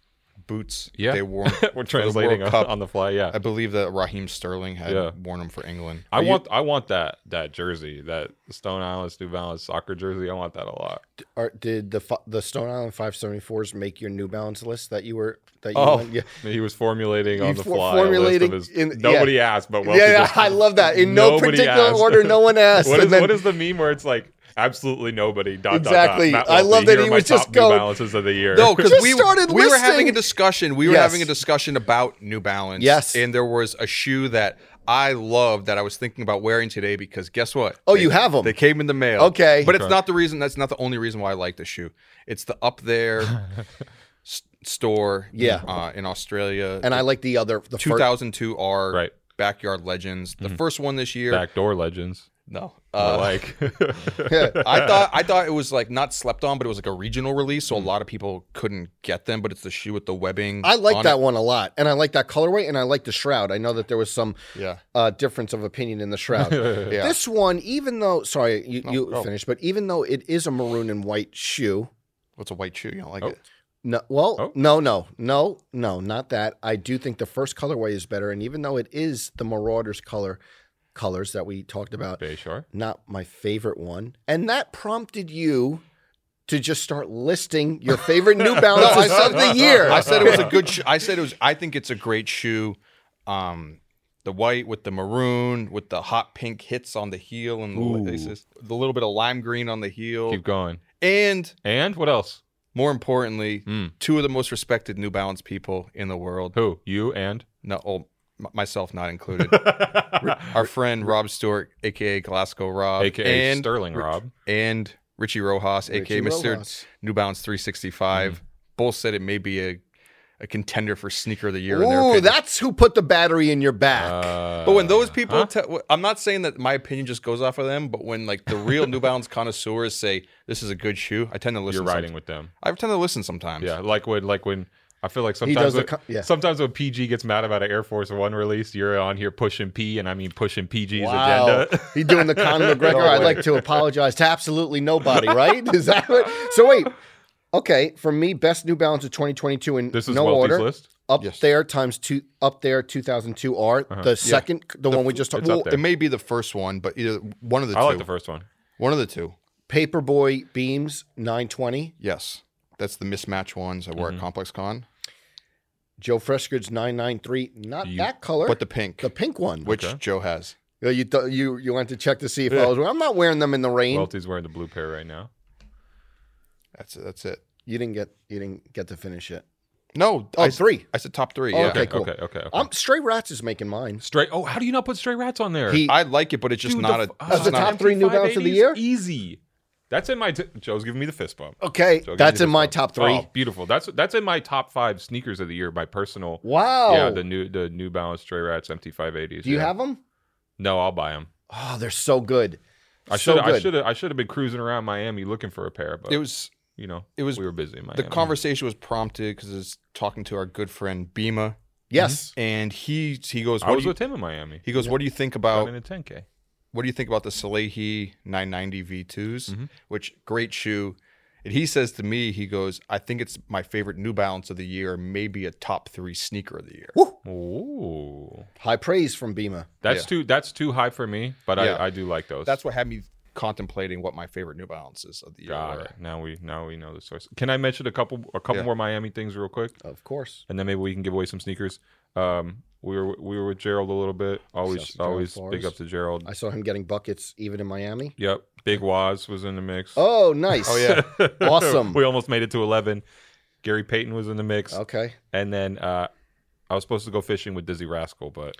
Speaker 2: boots.
Speaker 3: Yeah.
Speaker 2: they wore.
Speaker 3: We're translating
Speaker 2: World
Speaker 3: on,
Speaker 2: Cup.
Speaker 3: on the fly. Yeah,
Speaker 2: I believe that Raheem Sterling had
Speaker 3: Yeah.
Speaker 2: worn them for England.
Speaker 3: I
Speaker 2: Are you-
Speaker 3: want I want that that jersey that Stone Island's New Balance soccer jersey. I want that a lot.
Speaker 1: Are, did the fi- the Stone Island 574s make your New Balance list that you were that you
Speaker 3: Oh.
Speaker 1: went? Yeah.
Speaker 3: I mean, he was formulating on
Speaker 1: He
Speaker 3: the
Speaker 1: for-
Speaker 3: fly. a list of
Speaker 1: formulating
Speaker 3: his-
Speaker 1: in- yeah.
Speaker 3: nobody asked, but Welty
Speaker 1: yeah, yeah,
Speaker 3: just-
Speaker 1: I love that. In no
Speaker 3: Nobody
Speaker 1: particular
Speaker 3: asked.
Speaker 1: order, no one asked.
Speaker 3: What
Speaker 1: and
Speaker 3: is,
Speaker 1: then-
Speaker 3: what is the meme where it's like absolutely nobody? Dot, dot, dot.
Speaker 1: Exactly.
Speaker 3: Matt
Speaker 1: I
Speaker 3: Welty,
Speaker 1: love that
Speaker 3: here
Speaker 1: he
Speaker 3: are my
Speaker 1: was just
Speaker 3: top New
Speaker 1: going-
Speaker 3: Balances of the year.
Speaker 2: No, because
Speaker 1: Just
Speaker 2: we,
Speaker 1: started
Speaker 2: we were having a
Speaker 1: listing.
Speaker 2: discussion. We were
Speaker 1: Yes.
Speaker 2: having a discussion about New Balance.
Speaker 1: Yes.
Speaker 2: And there was a shoe that I loved that I was thinking about wearing today because guess what?
Speaker 1: Oh, you have 'em.
Speaker 2: They came in the mail.
Speaker 1: Okay.
Speaker 2: But it's
Speaker 3: Okay.
Speaker 2: not the reason. That's not the only reason why I like the shoe. It's the up there s- store
Speaker 1: Yeah.
Speaker 2: uh, in Australia.
Speaker 1: and I like the other the first-
Speaker 2: 2002 R
Speaker 3: Right.
Speaker 2: Backyard Legends.
Speaker 1: Mm-hmm.
Speaker 2: The first one this year.
Speaker 3: backdoor legends.
Speaker 2: No.
Speaker 3: I
Speaker 2: Uh,
Speaker 3: like
Speaker 2: I thought I thought it was like not slept on, but it was like a regional release, so a lot of people couldn't get them. But it's the shoe with the webbing.
Speaker 1: Mm. I like
Speaker 2: on
Speaker 1: that
Speaker 2: it.
Speaker 1: one a lot, and I like that colorway, and I like the shroud. I know that there was some
Speaker 2: Yeah,
Speaker 1: uh, difference of opinion in the shroud.
Speaker 2: yeah.
Speaker 1: This one, even though sorry, you,
Speaker 2: No,
Speaker 1: you
Speaker 2: go.
Speaker 1: finished, but even though it is a maroon and white shoe,
Speaker 2: What's a white shoe? You don't like
Speaker 3: Oh.
Speaker 2: it?
Speaker 1: no, well,
Speaker 3: Oh.
Speaker 1: no, no, no, no, not that. I do think the first colorway is better, and even though it is the Marauders color colors that we talked about,
Speaker 3: Bayshore.
Speaker 1: not my favorite one, and that prompted you. To just start listing your favorite New Balances
Speaker 2: said-
Speaker 1: of the year.
Speaker 2: I said it was a good. Shoe. I said it was. I think it's a great shoe. Um, the white with the maroon with the hot pink hits on the heel and the,
Speaker 3: Ooh.
Speaker 2: laces, the little bit of lime green on the heel,
Speaker 3: Keep going.
Speaker 2: and
Speaker 3: And what else?
Speaker 2: more importantly,
Speaker 3: Mm.
Speaker 2: two of the most respected New Balance people in the world.
Speaker 3: Who you and?
Speaker 2: No, oh, m- myself not included. Our friend Rob Stewart, aka Glasgow Rob,
Speaker 3: AKA
Speaker 2: and
Speaker 3: Sterling Rob.
Speaker 2: and Richie Rojas,
Speaker 1: Richie
Speaker 2: aka Mr.
Speaker 1: Rojas.
Speaker 2: New Balance 365.
Speaker 3: Hmm.
Speaker 2: Both said it may be a, a contender for sneaker of the year. in their
Speaker 1: Ooh,
Speaker 2: opinion.
Speaker 1: that's who put the battery in your back.
Speaker 3: Uh,
Speaker 2: But when those people,
Speaker 3: huh?
Speaker 2: te- I'm not saying that my opinion just goes off of them, but when like the real New Balance connoisseurs say this is a good shoe, I tend to listen.
Speaker 3: you're riding
Speaker 2: somet-
Speaker 3: with them.
Speaker 2: I tend to listen sometimes.
Speaker 3: Yeah, like when like when I feel like
Speaker 1: He does
Speaker 3: sometimes
Speaker 1: the
Speaker 3: when,
Speaker 1: co- yeah.
Speaker 3: sometimes when PG gets mad about an Air Force One release, you're on here pushing P, and I mean pushing PG's
Speaker 1: Wow.
Speaker 3: agenda.
Speaker 1: he doing the Conor McGregor.
Speaker 3: No
Speaker 1: I'd
Speaker 3: way.
Speaker 1: like to apologize to absolutely nobody, right? Is that what? So wait. Okay, for me, best New Balance of 2022 in
Speaker 3: This is
Speaker 1: no
Speaker 3: Welty's
Speaker 1: order.
Speaker 3: list.
Speaker 1: Up
Speaker 2: Yes.
Speaker 1: there times two. Up there 2002 R.
Speaker 3: Uh-huh.
Speaker 1: The second, the, one we just talked.
Speaker 3: it's up
Speaker 1: Well,
Speaker 3: there.
Speaker 2: It may be the first one, but either one of the
Speaker 3: I
Speaker 2: two.
Speaker 3: like the first one.
Speaker 2: one of the two.
Speaker 1: Paperboy Beams 920.
Speaker 2: Yes. That's the mismatch ones I wear
Speaker 3: Mhm.
Speaker 2: at Complex Con,
Speaker 1: Joe Freshgood's 993, not
Speaker 3: You-
Speaker 1: that color,
Speaker 2: but the pink,
Speaker 1: the pink one.
Speaker 2: which
Speaker 3: Okay.
Speaker 2: Joe has.
Speaker 1: Yeah, You, th- you you went to check to see if
Speaker 2: Yeah.
Speaker 1: I was. I'm not wearing them in the rain.
Speaker 3: Welty's wearing the blue pair right now.
Speaker 2: That's it. That's it.
Speaker 1: you didn't get you didn't get to finish it.
Speaker 2: No,
Speaker 1: Oh,
Speaker 2: I, s-
Speaker 1: three.
Speaker 2: I said top three.
Speaker 1: Oh,
Speaker 2: yeah,
Speaker 1: okay. cool.
Speaker 3: Okay, okay. okay.
Speaker 1: Um, Stray Rats is making mine.
Speaker 3: Stray. Oh, how do you not put stray rats on there?
Speaker 1: He
Speaker 2: I like it, but it's just
Speaker 3: Dude,
Speaker 2: not a.
Speaker 3: the f-
Speaker 2: it's
Speaker 1: That's the
Speaker 2: not
Speaker 1: top
Speaker 2: a-
Speaker 1: three new balance of the year?
Speaker 3: Easy. That's in my. T- Joe's giving me the fist bump.
Speaker 1: okay.
Speaker 3: Joe gave
Speaker 1: That's
Speaker 3: me the
Speaker 1: in my
Speaker 3: fist bump.
Speaker 1: top three.
Speaker 3: Oh, beautiful. That's that's in my top five sneakers of the year. My personal.
Speaker 1: Wow.
Speaker 3: Yeah, the new the New Balance Stray Rats MT 580s.
Speaker 1: Do you
Speaker 3: yeah.
Speaker 1: have them?
Speaker 3: No, I'll buy them.
Speaker 1: Oh, they're so good.
Speaker 3: I
Speaker 1: so
Speaker 3: should I
Speaker 1: good.
Speaker 3: should have I should have been cruising around Miami looking for a pair, but
Speaker 2: It was.
Speaker 3: you know
Speaker 2: It was.
Speaker 3: we were busy. In Miami.
Speaker 2: the conversation was prompted because it's talking to our good friend Bima,
Speaker 1: Yes.
Speaker 2: and he he goes.
Speaker 3: I
Speaker 2: What
Speaker 3: was
Speaker 2: do you,
Speaker 3: with him in Miami.
Speaker 2: he goes. What do you think
Speaker 3: Out
Speaker 1: Oh.
Speaker 2: about
Speaker 3: in a 10k.
Speaker 2: what do you think about the Salehi 990 V2s,
Speaker 3: Mhm.
Speaker 2: which great shoe. And he says to me, he goes, I think it's my favorite New Balance of the year, maybe a top three sneaker of the year.
Speaker 1: Woo!
Speaker 3: Ooh,
Speaker 2: Mm-hmm.
Speaker 1: High praise from Bima.
Speaker 3: that's
Speaker 2: Yeah.
Speaker 3: too that's too high for me, but
Speaker 2: Yeah.
Speaker 3: I, I do like those.
Speaker 2: That's what had me contemplating what my favorite New Balances of the year
Speaker 3: got
Speaker 2: were.
Speaker 3: it. Now we now we know the source. Can I mention a couple a couple
Speaker 2: Yeah.
Speaker 3: more Miami things real quick?
Speaker 1: Of course.
Speaker 3: and then maybe we can give away some sneakers. Um, we were we were with Gerald a little bit. Always
Speaker 1: Shouts to Gerald
Speaker 3: always
Speaker 1: Flores.
Speaker 3: big up to Gerald.
Speaker 1: I saw him getting buckets even in Miami.
Speaker 3: Yep, Big Waz was in the mix.
Speaker 1: Oh, nice.
Speaker 2: Oh, yeah.
Speaker 1: Awesome.
Speaker 3: we almost made it to eleven. Gary Payton was in the mix,
Speaker 1: Okay.
Speaker 3: and then uh, I was supposed to go fishing with Dizzy Rascal, but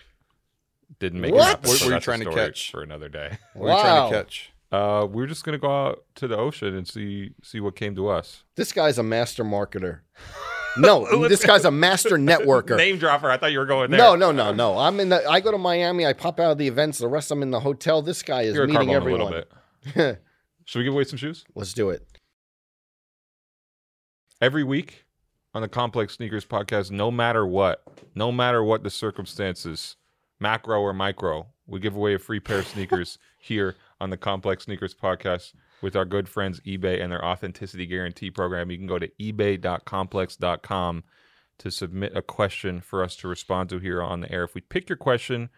Speaker 3: didn't make
Speaker 1: What?
Speaker 3: it. happen.
Speaker 2: What
Speaker 3: So
Speaker 2: were you
Speaker 3: that's a
Speaker 2: trying to
Speaker 3: story
Speaker 2: catch?
Speaker 3: for another day?
Speaker 2: What are you trying
Speaker 1: Wow.
Speaker 2: to catch?
Speaker 3: Uh, we were just gonna go out to the ocean and see see what came to us.
Speaker 1: This guy's a master marketer. No, this guy's a master networker.
Speaker 3: Name dropper. I thought you were going there.
Speaker 1: No, no, no, no. I'm in the. I go to Miami. I pop out of the events. The rest, I'm in the hotel. This guy is
Speaker 3: you're a
Speaker 1: meeting
Speaker 3: Carbone a
Speaker 1: everyone.
Speaker 3: little bit. Should we give away some shoes?
Speaker 1: Let's do it.
Speaker 3: every week on the Complex Sneakers podcast, no matter what, no matter what the circumstances, macro or micro, we give away a free pair of sneakers here on the Complex Sneakers podcast with our good friends eBay and their authenticity guarantee program. You can go to ebay.complex.com to submit a question for us to respond to here on the air. If we pick your question,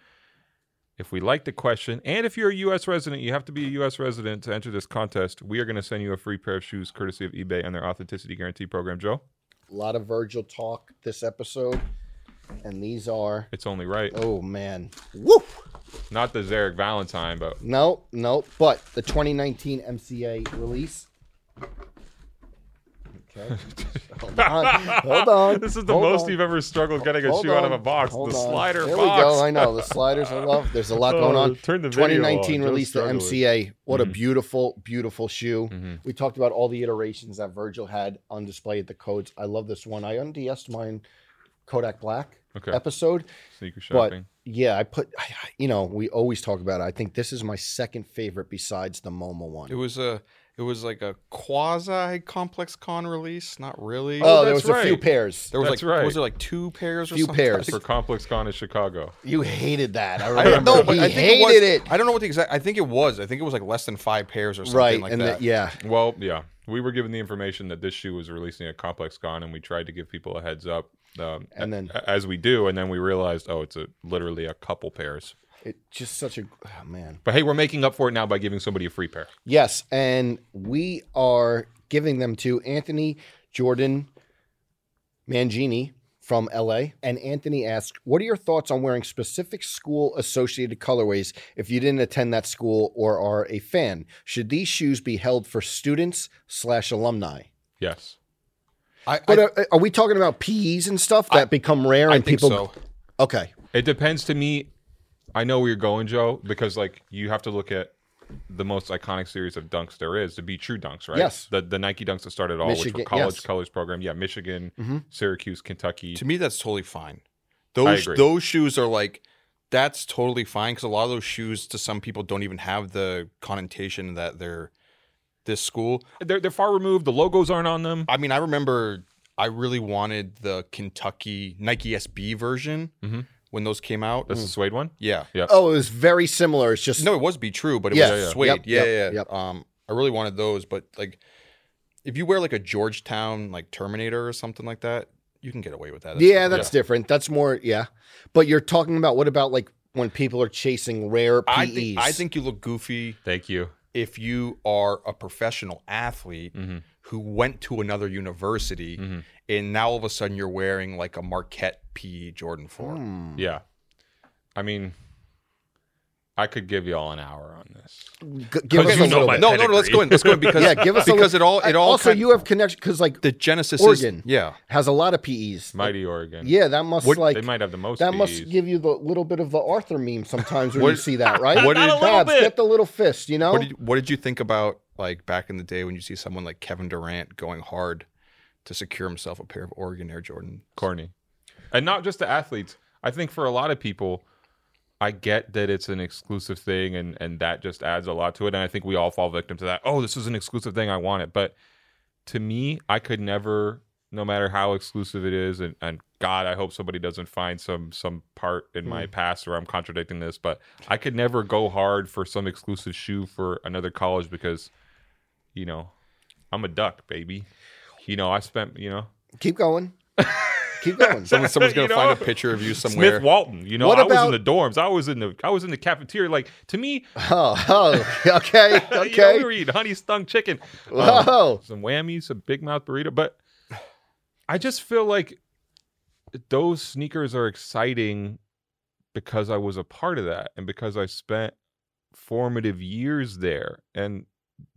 Speaker 3: if we like the question, and if you're a U.S. resident, you have to be a U.S. resident to enter this contest. We are going to send you a free pair of shoes courtesy of eBay and their authenticity guarantee program. Joe,
Speaker 1: A lot of Virgil talk this episode, and these are.
Speaker 3: it's only right.
Speaker 1: Oh man. Woo!
Speaker 3: Not the Zarek Valentine, but
Speaker 1: No, no. But the 2019 MCA release. Okay. Hold on. Hold on.
Speaker 3: this is the
Speaker 1: Hold
Speaker 3: most
Speaker 1: on.
Speaker 3: you've ever struggled getting a
Speaker 1: Hold
Speaker 3: shoe out of a
Speaker 1: on.
Speaker 3: box.
Speaker 1: Hold
Speaker 3: the
Speaker 1: on.
Speaker 3: slider
Speaker 1: there
Speaker 3: box.
Speaker 1: we go. I know the sliders. I love. There's a lot going
Speaker 3: Oh,
Speaker 1: on.
Speaker 3: turn the video
Speaker 1: 2019
Speaker 3: on.
Speaker 1: released the
Speaker 3: Just
Speaker 1: MCA.
Speaker 3: struggling.
Speaker 1: What
Speaker 2: Mm-hmm.
Speaker 3: Mhm.
Speaker 1: a beautiful, beautiful shoe.
Speaker 2: Mm.
Speaker 3: Mhm.
Speaker 1: We talked about all the iterations that Virgil had on display at the codes. I love this one. I unds'd mine Kodak Black
Speaker 3: Okay,
Speaker 1: episode.
Speaker 3: sneaker
Speaker 1: but-
Speaker 3: shopping.
Speaker 1: Yeah, I put. I, I- you know, we always talk about it. I think this is my second favorite besides the MoMA one.
Speaker 2: It was a it was like a quasi complex con release, not really.
Speaker 1: oh, there
Speaker 3: that's
Speaker 1: was a few
Speaker 3: right.
Speaker 1: pairs.
Speaker 2: there was
Speaker 3: that's
Speaker 2: like
Speaker 3: right.
Speaker 2: was there like two pairs or
Speaker 1: Few
Speaker 2: something? I
Speaker 1: pairs.
Speaker 2: think-
Speaker 3: for Complex Con in Chicago.
Speaker 1: You hated that. I
Speaker 2: I
Speaker 1: remember.
Speaker 2: don't know, but
Speaker 1: he
Speaker 2: I think it was,
Speaker 1: hated it.
Speaker 2: I don't know what the exact I think it was. I think it was like less than five pairs or something
Speaker 1: Right,
Speaker 2: like
Speaker 1: and
Speaker 2: that.
Speaker 1: the- e yeah,
Speaker 3: Well, yeah, we were given the information that this shoe was releasing at Complex Con, and we tried to give people a heads up. Um,
Speaker 1: and then
Speaker 3: a- as we do, and then we realized, oh, it's a, literally a couple pairs.
Speaker 1: it just such a oh, man.
Speaker 3: But hey, we're making up for it now by giving somebody a free pair.
Speaker 1: Yes, and we are giving them to Anthony Jordan Mangini from LA. And Anthony asks, "What are your thoughts on wearing specific school associated colorways if you didn't attend that school or are a fan? Should these shoes be held for students slash alumni?"
Speaker 3: Yes.
Speaker 2: I,
Speaker 1: But uh,
Speaker 2: I,
Speaker 1: are, are we talking about PEs and stuff that become rare
Speaker 2: I
Speaker 1: and
Speaker 2: think
Speaker 1: people?
Speaker 2: so.
Speaker 1: Okay,
Speaker 3: It depends to me. I know where you're going, Joe, because like you have to look at the most iconic series of dunks there is to be true dunks, right?
Speaker 1: Yes.
Speaker 3: The the Nike dunks that started all, which were
Speaker 1: Michigan-
Speaker 3: college
Speaker 1: yes.
Speaker 3: colors program. Yeah, Michigan,
Speaker 1: Mhm.
Speaker 3: Syracuse, Kentucky.
Speaker 2: To me, that's totally fine. Those
Speaker 3: agree.
Speaker 2: those shoes are like that's totally fine because a lot of those shoes to some people don't even have the connotation that they're this school.
Speaker 3: They're they're far removed. The logos aren't on
Speaker 1: Uh,
Speaker 3: them.
Speaker 2: I mean, I remember I really wanted the Kentucky Nike SB version
Speaker 3: Mhm.
Speaker 2: when those came out.
Speaker 3: That's the suede one.
Speaker 2: Yeah,
Speaker 1: Oh, it was very similar. It's just
Speaker 2: no, it was be true, but it
Speaker 1: Yeah,
Speaker 2: was
Speaker 1: yeah, yeah.
Speaker 2: suede.
Speaker 1: Yep,
Speaker 2: yeah,
Speaker 1: yep,
Speaker 2: yeah.
Speaker 1: yep.
Speaker 2: Um, I really wanted those, but like if you wear like a Georgetown like Terminator or something like that, you can get away with that. That's
Speaker 1: yeah,
Speaker 2: fine.
Speaker 1: that's different. That's more yeah. But you're talking about what about like when people are chasing rare PEs?
Speaker 2: I think I think you look goofy
Speaker 3: Thank you.
Speaker 2: if you are a professional athlete
Speaker 3: Mhm.
Speaker 2: who went to another university
Speaker 3: Mhm.
Speaker 2: and now all of a sudden you're wearing like a Marquette PE Jordan 4.
Speaker 1: Hmm.
Speaker 3: Yeah. I mean, I could give y'all an hour on this.
Speaker 1: G- give
Speaker 3: Okay,
Speaker 1: us a
Speaker 3: you
Speaker 1: little
Speaker 3: know my
Speaker 1: bit.
Speaker 2: no, no, no, let's go in. Let's go in because
Speaker 1: Yeah, give us a
Speaker 2: because it all it all
Speaker 1: also
Speaker 2: kind-
Speaker 1: you have connection because like
Speaker 2: the genesis
Speaker 1: Oregon.
Speaker 2: is yeah.
Speaker 1: has a lot of PEs.
Speaker 3: Mighty Oregon.
Speaker 1: yeah, that must
Speaker 2: What-
Speaker 1: like
Speaker 3: they might have the most.
Speaker 1: that must
Speaker 3: Bs.
Speaker 1: give you the little bit of the Arthur meme sometimes when
Speaker 2: What-
Speaker 1: you see that, right?
Speaker 2: What Not did- a
Speaker 1: Babs,
Speaker 3: little bit.
Speaker 1: get the little fist, you know?
Speaker 2: What did you, what did you think about like back in the day when you see someone like Kevin Durant going hard to secure himself a pair of Oregon Air Jordan?
Speaker 3: corny. And not just the athletes. I think for a lot of people, I get that it's an exclusive thing and and that just adds a lot to it. And I think we all fall victim to that. Oh, this is an exclusive thing. I want it. But to me, I could never, no matter how exclusive it is, and, and God, I hope somebody doesn't find some some part in my past where I'm contradicting this, but I could never go hard for some exclusive shoe for another college because, you know, I'm a duck, baby. You know, I spent, you know,
Speaker 1: Keep going. Keep going.
Speaker 2: Someone, someone's
Speaker 3: You
Speaker 2: gonna find a
Speaker 3: know,
Speaker 2: picture of you somewhere.
Speaker 3: Smith Walton. You know,
Speaker 1: What
Speaker 3: I
Speaker 1: about-
Speaker 3: was in the dorms. I was in the I was in the cafeteria. Like to me,
Speaker 1: Oh, oh, okay,
Speaker 3: you know,
Speaker 1: okay.
Speaker 3: we were eating honey stung chicken, um,
Speaker 1: Whoa.
Speaker 3: some whammies, a big mouth burrito. But I just feel like those sneakers are exciting because I was a part of that and because I spent formative years there. And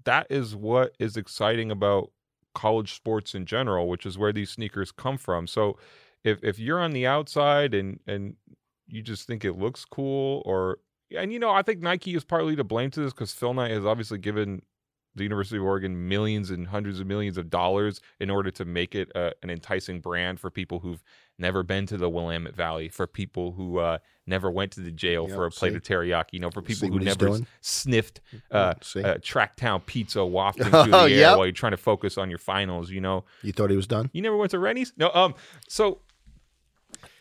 Speaker 3: that is what is exciting about college sports in general, which is where these sneakers come from. So if if you're on the outside and and you just think it looks cool or and you know, I think Nike is partly to blame to this because Phil Knight has obviously given the University of Oregon millions and hundreds of millions of dollars in order to make it uh, an enticing brand for people who've never been to the Willamette Valley, for people who uh, never went to the jail
Speaker 1: Yep,
Speaker 3: for a plate
Speaker 1: see?
Speaker 3: of teriyaki, you know, for
Speaker 1: See
Speaker 3: people who
Speaker 1: what he's
Speaker 3: never s-
Speaker 1: doing? Mm,
Speaker 3: sniffed uh,
Speaker 1: See,
Speaker 3: uh, Tracktown pizza wafting
Speaker 1: Oh,
Speaker 3: through the air
Speaker 1: yep.
Speaker 3: while you're trying to focus on your finals. You know,
Speaker 1: you thought he was done?
Speaker 3: you never went to Rennie's. No, um, so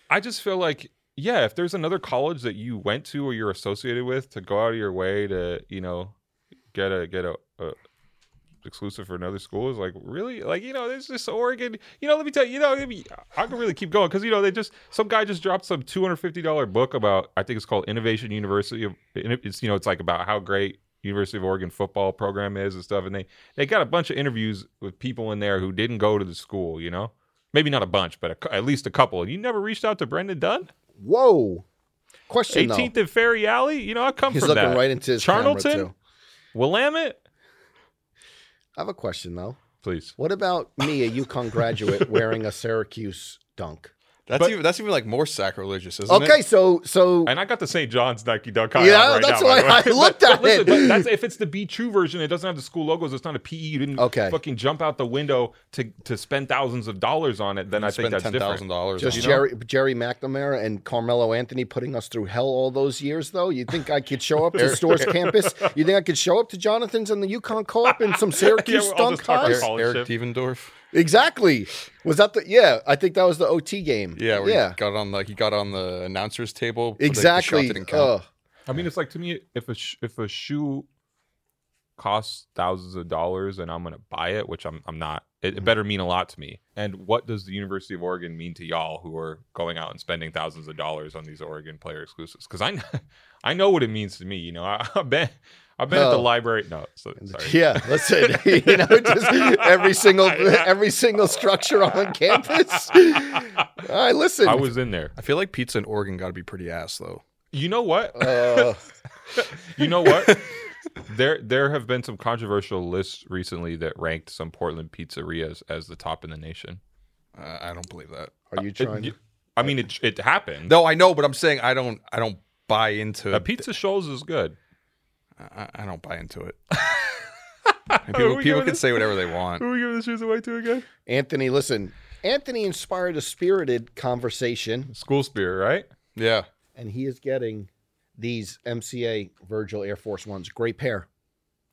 Speaker 3: I just feel like yeah, if there's another college that you went to or you're associated with, to go out of your way to you know get a get a. a exclusive for another school is like really like you know there's just oregon you know let me tell you you know I mean, i can really keep going because you know they just some guy just dropped some $250 book about i think it's called innovation university of it's you know it's like about how great university of oregon football program is and stuff and they they got a bunch of interviews with people in there who didn't go to the school you know maybe not a bunch but a, cou- at least a couple you never reached out to brendan dunn
Speaker 1: Whoa. Question though.
Speaker 3: 18th and Ferry Alley. You know, I come
Speaker 1: He's
Speaker 3: from
Speaker 1: looking
Speaker 3: that.
Speaker 1: right into his
Speaker 3: Charnelton?
Speaker 1: camera too.
Speaker 3: Willamette,
Speaker 1: I have a question though.
Speaker 3: please.
Speaker 1: What about me, a UConn graduate, wearing a Syracuse dunk?
Speaker 2: that's
Speaker 3: But-
Speaker 2: even that's even like more sacrilegious, isn't it?
Speaker 1: Okay, so so
Speaker 3: And I got the St. John's Nike Dunk. on
Speaker 1: Yeah,
Speaker 3: right
Speaker 1: that's
Speaker 3: now, by
Speaker 1: why
Speaker 3: the way.
Speaker 1: I looked
Speaker 3: But-
Speaker 1: at
Speaker 3: but listen,
Speaker 1: it.
Speaker 3: But that's, if it's the Be True version, it doesn't have the school logos. It's not a PE. You didn't
Speaker 1: Okay.
Speaker 3: fucking jump out the window to to spend thousands of dollars on it. Then I think
Speaker 2: Spend
Speaker 3: that's
Speaker 2: ten
Speaker 3: different.
Speaker 2: thousand dollars.
Speaker 1: just Jerry Jerry McNamara and Carmelo Anthony putting us through hell all those years though. You think I could show up to Store's campus? You think I could show up to Jonathan's and the UConn co-op in some Syracuse
Speaker 3: Yeah, we're all
Speaker 1: dunk
Speaker 3: just talking
Speaker 1: ties?
Speaker 3: about
Speaker 2: Eric, Eric
Speaker 3: Scholarship.
Speaker 2: Devendorf.
Speaker 1: Exactly. Was that the yeah? I think that was the OT game.
Speaker 2: Yeah, where
Speaker 1: yeah.
Speaker 2: He got on the he got on the announcers table. but, like, the shot
Speaker 1: Exactly.
Speaker 2: didn't count.
Speaker 1: Ugh.
Speaker 3: I mean, it's like to me, if a sh- if a shoe costs thousands of dollars and I'm gonna buy it, which I'm I'm not, it, it better mean a lot to me. And what does the University of Oregon mean to y'all who are going out and spending thousands of dollars on these Oregon player exclusives? Because I kn- I know what it means to me. You know, I, I've been I've been at the
Speaker 1: Oh.
Speaker 3: library. No, so, sorry.
Speaker 1: Yeah, listen, you know, just every single every single structure on campus. I listen.
Speaker 3: I was in there.
Speaker 2: I feel like pizza in Oregon got to be pretty ass though.
Speaker 3: You know what?
Speaker 1: uh,
Speaker 3: You know what? there there have been some controversial lists recently that ranked some Portland pizzerias as the top in the nation.
Speaker 2: Uh, I don't believe that.
Speaker 1: are you
Speaker 3: It-
Speaker 1: trying?
Speaker 3: you- I mean, it it happened.
Speaker 2: No, I know, but I'm saying I don't I don't buy into
Speaker 3: A pizza Shoals is good.
Speaker 2: I, I don't buy into it. And
Speaker 3: Are we
Speaker 2: people people
Speaker 3: going
Speaker 2: can
Speaker 3: to-
Speaker 2: say whatever they want.
Speaker 3: are we giving the shoes away to again?
Speaker 1: Anthony, listen. Anthony inspired a spirited conversation,
Speaker 3: School Spear, right?
Speaker 2: Yeah.
Speaker 1: and he is getting these MCA Virgil Air Force Ones. Great pair.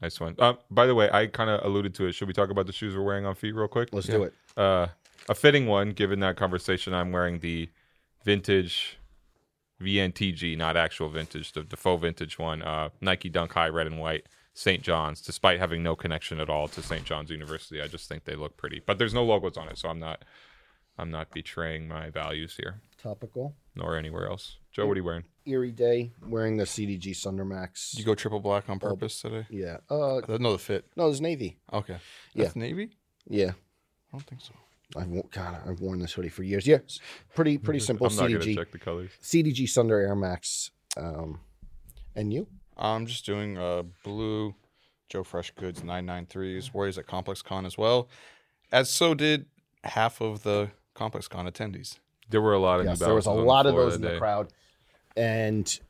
Speaker 3: Nice one. Um, by the way, I kind of alluded to it. Should we talk about the shoes we're wearing on feet real quick?
Speaker 1: Let's do it.
Speaker 3: Uh, a fitting one, given that conversation. I'm wearing the vintage VNTG, not actual vintage, the, the faux vintage one. Uh, Nike Dunk High, red and white, St. John's. Despite having no connection at all to St. John's University, I just think they look pretty. But there's no logos on it, so I'm not, I'm not betraying my values here
Speaker 1: Topical.
Speaker 3: nor anywhere else. Joe, what are you wearing?
Speaker 1: Eerie day wearing the CDG Sundermax.
Speaker 2: Did you go triple black on purpose today?
Speaker 1: yeah. Uh,
Speaker 2: I didn't know the fit.
Speaker 1: no, it's navy.
Speaker 2: Okay.
Speaker 1: Yeah.
Speaker 2: That's navy?
Speaker 1: Yeah.
Speaker 2: I don't think so.
Speaker 1: I've wo- God, I've worn this hoodie for years. Yeah, it's pretty pretty simple.
Speaker 3: I'm not gonna
Speaker 1: CDG
Speaker 3: check the colors.
Speaker 1: CDG Sunder Air Max. Um, and you?
Speaker 2: I'm just doing uh, blue Joe Fresh Goods 993s. Warriors at Complex Con as well. As so did half of the Complex Con attendees.
Speaker 3: There were a lot of
Speaker 1: Yes,
Speaker 3: New
Speaker 1: there was a
Speaker 3: Balances on
Speaker 1: lot of
Speaker 3: floor
Speaker 1: those in
Speaker 3: that
Speaker 1: the
Speaker 3: day.
Speaker 1: crowd, and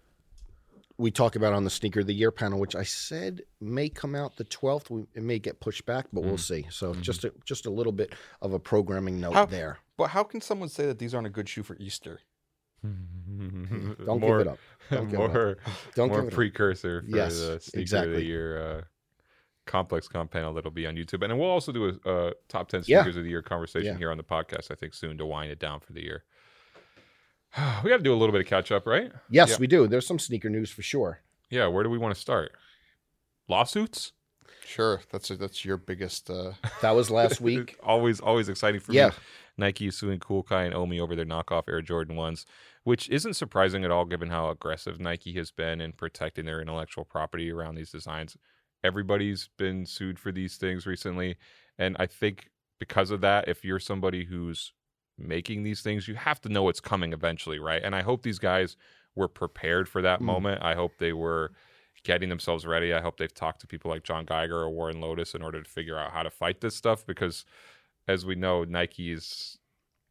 Speaker 1: we talk about on the sneaker of the year panel, which I said may come out the twelfth. It may get pushed back, but we'll see.
Speaker 3: Mm-hmm.
Speaker 1: So just a, just a little bit of a programming note
Speaker 2: How-
Speaker 1: there.
Speaker 2: But how can someone say that these aren't a good shoe for Easter?
Speaker 1: Don't
Speaker 3: more,
Speaker 1: give it up. Don't give it up.
Speaker 3: more,
Speaker 1: Don't
Speaker 3: more
Speaker 1: give it up.
Speaker 3: precursor for
Speaker 1: Yes,
Speaker 3: the sneaker of
Speaker 1: exactly.
Speaker 3: the year uh, complex comp panel that'll be on YouTube, and then we'll also do a uh, top ten
Speaker 1: Yeah.
Speaker 3: sneakers of the year conversation
Speaker 1: Yeah.
Speaker 3: here on the podcast. I think soon to wind it down for the year. we got to do a little bit of catch up, right?
Speaker 1: Yes,
Speaker 2: Yeah.
Speaker 1: we do. There's some sneaker news for sure.
Speaker 3: Yeah. Where do we want to start? Lawsuits.
Speaker 2: Sure, that's that's your biggest. Uh,
Speaker 1: That was last week.
Speaker 3: always, always exciting for
Speaker 1: Yeah.
Speaker 3: me. Nike is suing Cool Kai and Omi over their knockoff Air Jordan ones, which isn't surprising at all given how aggressive Nike has been in protecting their intellectual property around these designs. Everybody's been sued for these things recently, and I think because of that, if you're somebody who's making these things, you have to know what's coming eventually, right? And I hope these guys were prepared for that
Speaker 1: Mm.
Speaker 3: moment. I hope they were getting themselves ready. I hope they've talked to people like John Geiger or Warren Lotus in order to figure out how to fight this stuff because as we know, Nike's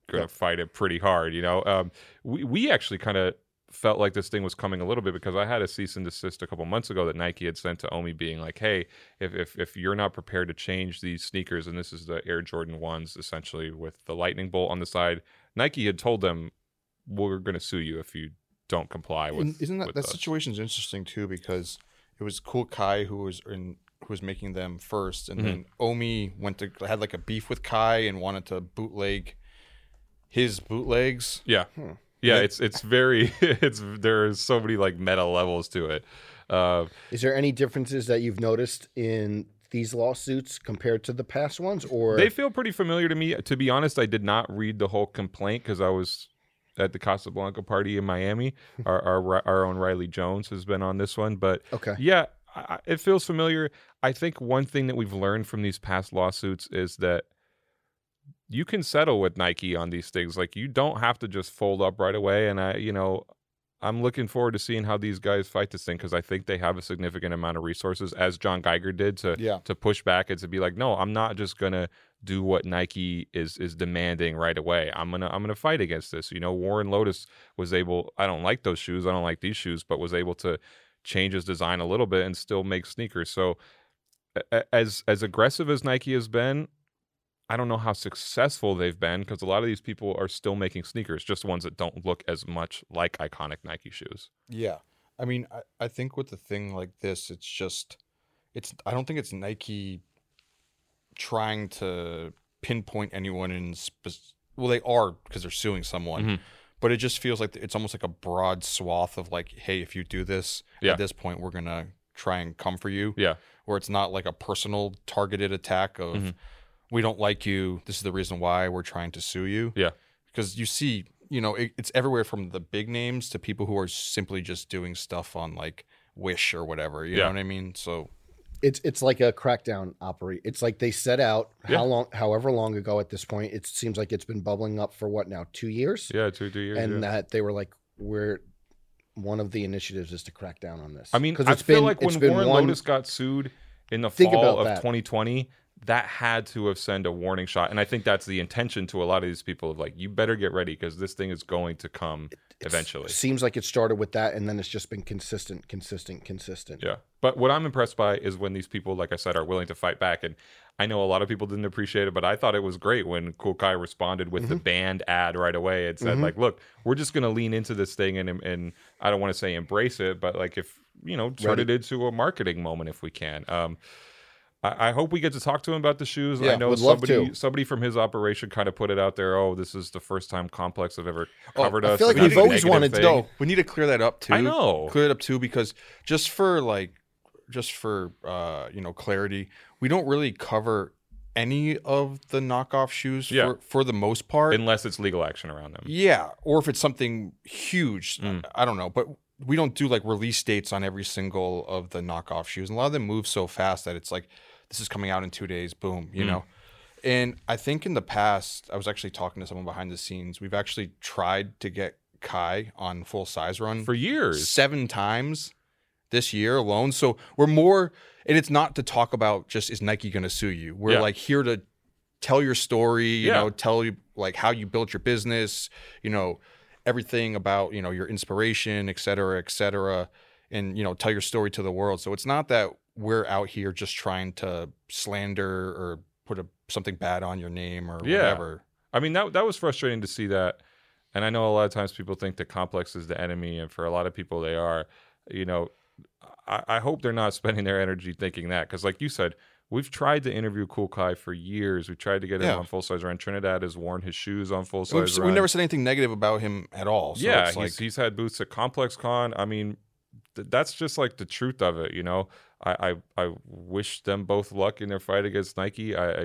Speaker 3: going to
Speaker 1: Yep.
Speaker 3: fight it pretty hard, you know. Um we we actually kind of felt like this thing was coming a little bit because I had a cease and desist a couple months ago that Nike had sent to Omi being like, "Hey, if if if you're not prepared to change these sneakers and this is the Air Jordan 1s essentially with the lightning bolt on the side, Nike had told them we're going to sue you if you don't comply with
Speaker 2: and isn't that
Speaker 3: with
Speaker 2: that
Speaker 3: us."
Speaker 2: situation's interesting too because it was Cool Kai who was in who was making them first, and then Omi went to had like a beef with Kai and wanted to bootleg his bootlegs.
Speaker 3: Yeah. Yeah, it's it's very it's there's so many like meta levels to it. Uh,
Speaker 1: Is there any differences that you've noticed in these lawsuits compared to the past ones? Or
Speaker 3: they feel pretty familiar to me. To be honest, I did not read the whole complaint because I was at the Casablanca party in Miami. our, our our own Riley Jones has been on this one, but
Speaker 1: okay,
Speaker 3: yeah, I, I- it feels familiar. I think one thing that we've learned from these past lawsuits is that you can settle with Nike on these things. Like you don't have to just fold up right away. And I, you know, I'm looking forward to seeing how these guys fight this thing because I think they have a significant amount of resources, as John Geiger did, to
Speaker 2: Yeah.
Speaker 3: to push back and to be like, no, I'm not just gonna do what Nike is is demanding right away. I'm gonna I'm gonna fight against this. You know, Warren Lotus was able. I don't like those shoes. I don't like these shoes, but was able to change his design a little bit and still make sneakers. So a- a- as as aggressive as Nike has been, I don't know how successful they've been because a lot of these people are still making sneakers, just ones that don't look as much like iconic Nike shoes.
Speaker 2: Yeah. I mean, I, I think with a thing like this, it's just, it's, I don't think it's Nike trying to pinpoint anyone in, spec- well, they are because they're suing someone,
Speaker 3: Mhm.
Speaker 2: but it just feels like it's almost like a broad swath of like, hey, if you do this
Speaker 3: Yeah.
Speaker 2: at this point, we're going to try and come for you.
Speaker 3: Yeah.
Speaker 2: Where it's not like a personal targeted attack of,
Speaker 3: Mhm.
Speaker 2: we don't like you. This is the reason why we're trying to sue you.
Speaker 3: Yeah.
Speaker 2: Because you see, you know, it, it's everywhere from the big names to people who are simply just doing stuff on like Wish or whatever. You
Speaker 3: Yeah.
Speaker 2: know what I mean? So
Speaker 1: it's it's like a crackdown operate. It's like they set out
Speaker 3: Yeah.
Speaker 1: how long, however long ago at this point. It seems like it's been bubbling up for what now, two years,
Speaker 3: Yeah, two two years.
Speaker 1: and that they were like, we're one of the initiatives is to crack down on this.
Speaker 3: I mean,
Speaker 1: 'Cause
Speaker 3: I
Speaker 1: it's
Speaker 3: feel
Speaker 1: been-
Speaker 3: like
Speaker 1: it's
Speaker 3: when
Speaker 1: been
Speaker 3: Warren
Speaker 1: one-
Speaker 3: Lotus got sued in the
Speaker 1: Think
Speaker 3: fall
Speaker 1: about
Speaker 3: of
Speaker 1: that.
Speaker 3: 2020, that had to have sent a warning shot, and I think that's the intention to a lot of these people of like, you better get ready because this thing is going to come
Speaker 1: it's-
Speaker 3: eventually.
Speaker 1: seems like it started with that, and then it's just been consistent, consistent, consistent.
Speaker 3: Yeah. But what I'm impressed by is when these people, like I said, are willing to fight back. And I know a lot of people didn't appreciate it, but I thought it was great when Cool Kai responded with
Speaker 1: Mm-hmm.
Speaker 3: the band ad right away and said, like, look, we're just going to lean into this thing and, and I don't want to say embrace it, but like if, you know, turn
Speaker 1: Right.
Speaker 3: it into a marketing moment if we can. Um, I I hope we get to talk to him about the shoes. I
Speaker 2: Yeah,
Speaker 3: know
Speaker 1: would love
Speaker 3: somebody
Speaker 1: to.
Speaker 3: somebody from his operation kind of put it out there. Oh, this is the first time Complex have ever
Speaker 2: Oh,
Speaker 3: covered
Speaker 1: I
Speaker 3: us.
Speaker 1: feel like
Speaker 3: about
Speaker 1: we've
Speaker 3: the
Speaker 1: always
Speaker 3: negative
Speaker 1: wanted to
Speaker 3: thing.
Speaker 1: know.
Speaker 2: we need to clear that up too.
Speaker 3: I know.
Speaker 2: Clear it up too because just for like, just for, uh, you know, clarity, we don't really cover any of the knockoff shoes
Speaker 3: Yeah.
Speaker 2: for, for the most part.
Speaker 3: unless it's legal action around them.
Speaker 2: yeah, or if it's something huge,
Speaker 3: Mm.
Speaker 2: I don't know, but we don't do like release dates on every single of the knockoff shoes. And a lot of them move so fast that it's like this is coming out in 2 days, boom, you
Speaker 3: Mm.
Speaker 2: know. And I think in the past, I was actually talking to someone behind the scenes. We've actually tried to get Kai on full size run
Speaker 3: Mm-hmm. For years,
Speaker 2: seven times this year alone. So we're more, and it's not to talk about just is Nike going to sue you. We're
Speaker 3: Yeah.
Speaker 2: like here to tell your story, you
Speaker 3: Yeah.
Speaker 2: know, tell you like how you built your business, you know, everything about, you know, your inspiration, et cetera, et cetera, and, you know, tell your story to the world. So it's not that we're out here just trying to slander or put a, something bad on your name or
Speaker 3: Yeah.
Speaker 2: whatever.
Speaker 3: I mean that that was frustrating to see that, and I know a lot of times people think that complex is the enemy, and for a lot of people they are. You know, I, I hope they're not spending their energy thinking that because, like you said, we've tried to interview Cool Kai for years. We tried to get him
Speaker 2: Yeah.
Speaker 3: on full size run. Trinidad has worn his shoes on full
Speaker 2: We've,
Speaker 3: size run.
Speaker 2: we never said anything negative about him at all. So
Speaker 3: yeah,
Speaker 2: it's like,
Speaker 3: he's, he's had booths at Complex Con. I mean, th- that's just like the truth of it, you know. I I, I wish them both luck in their fight against Nike. I. I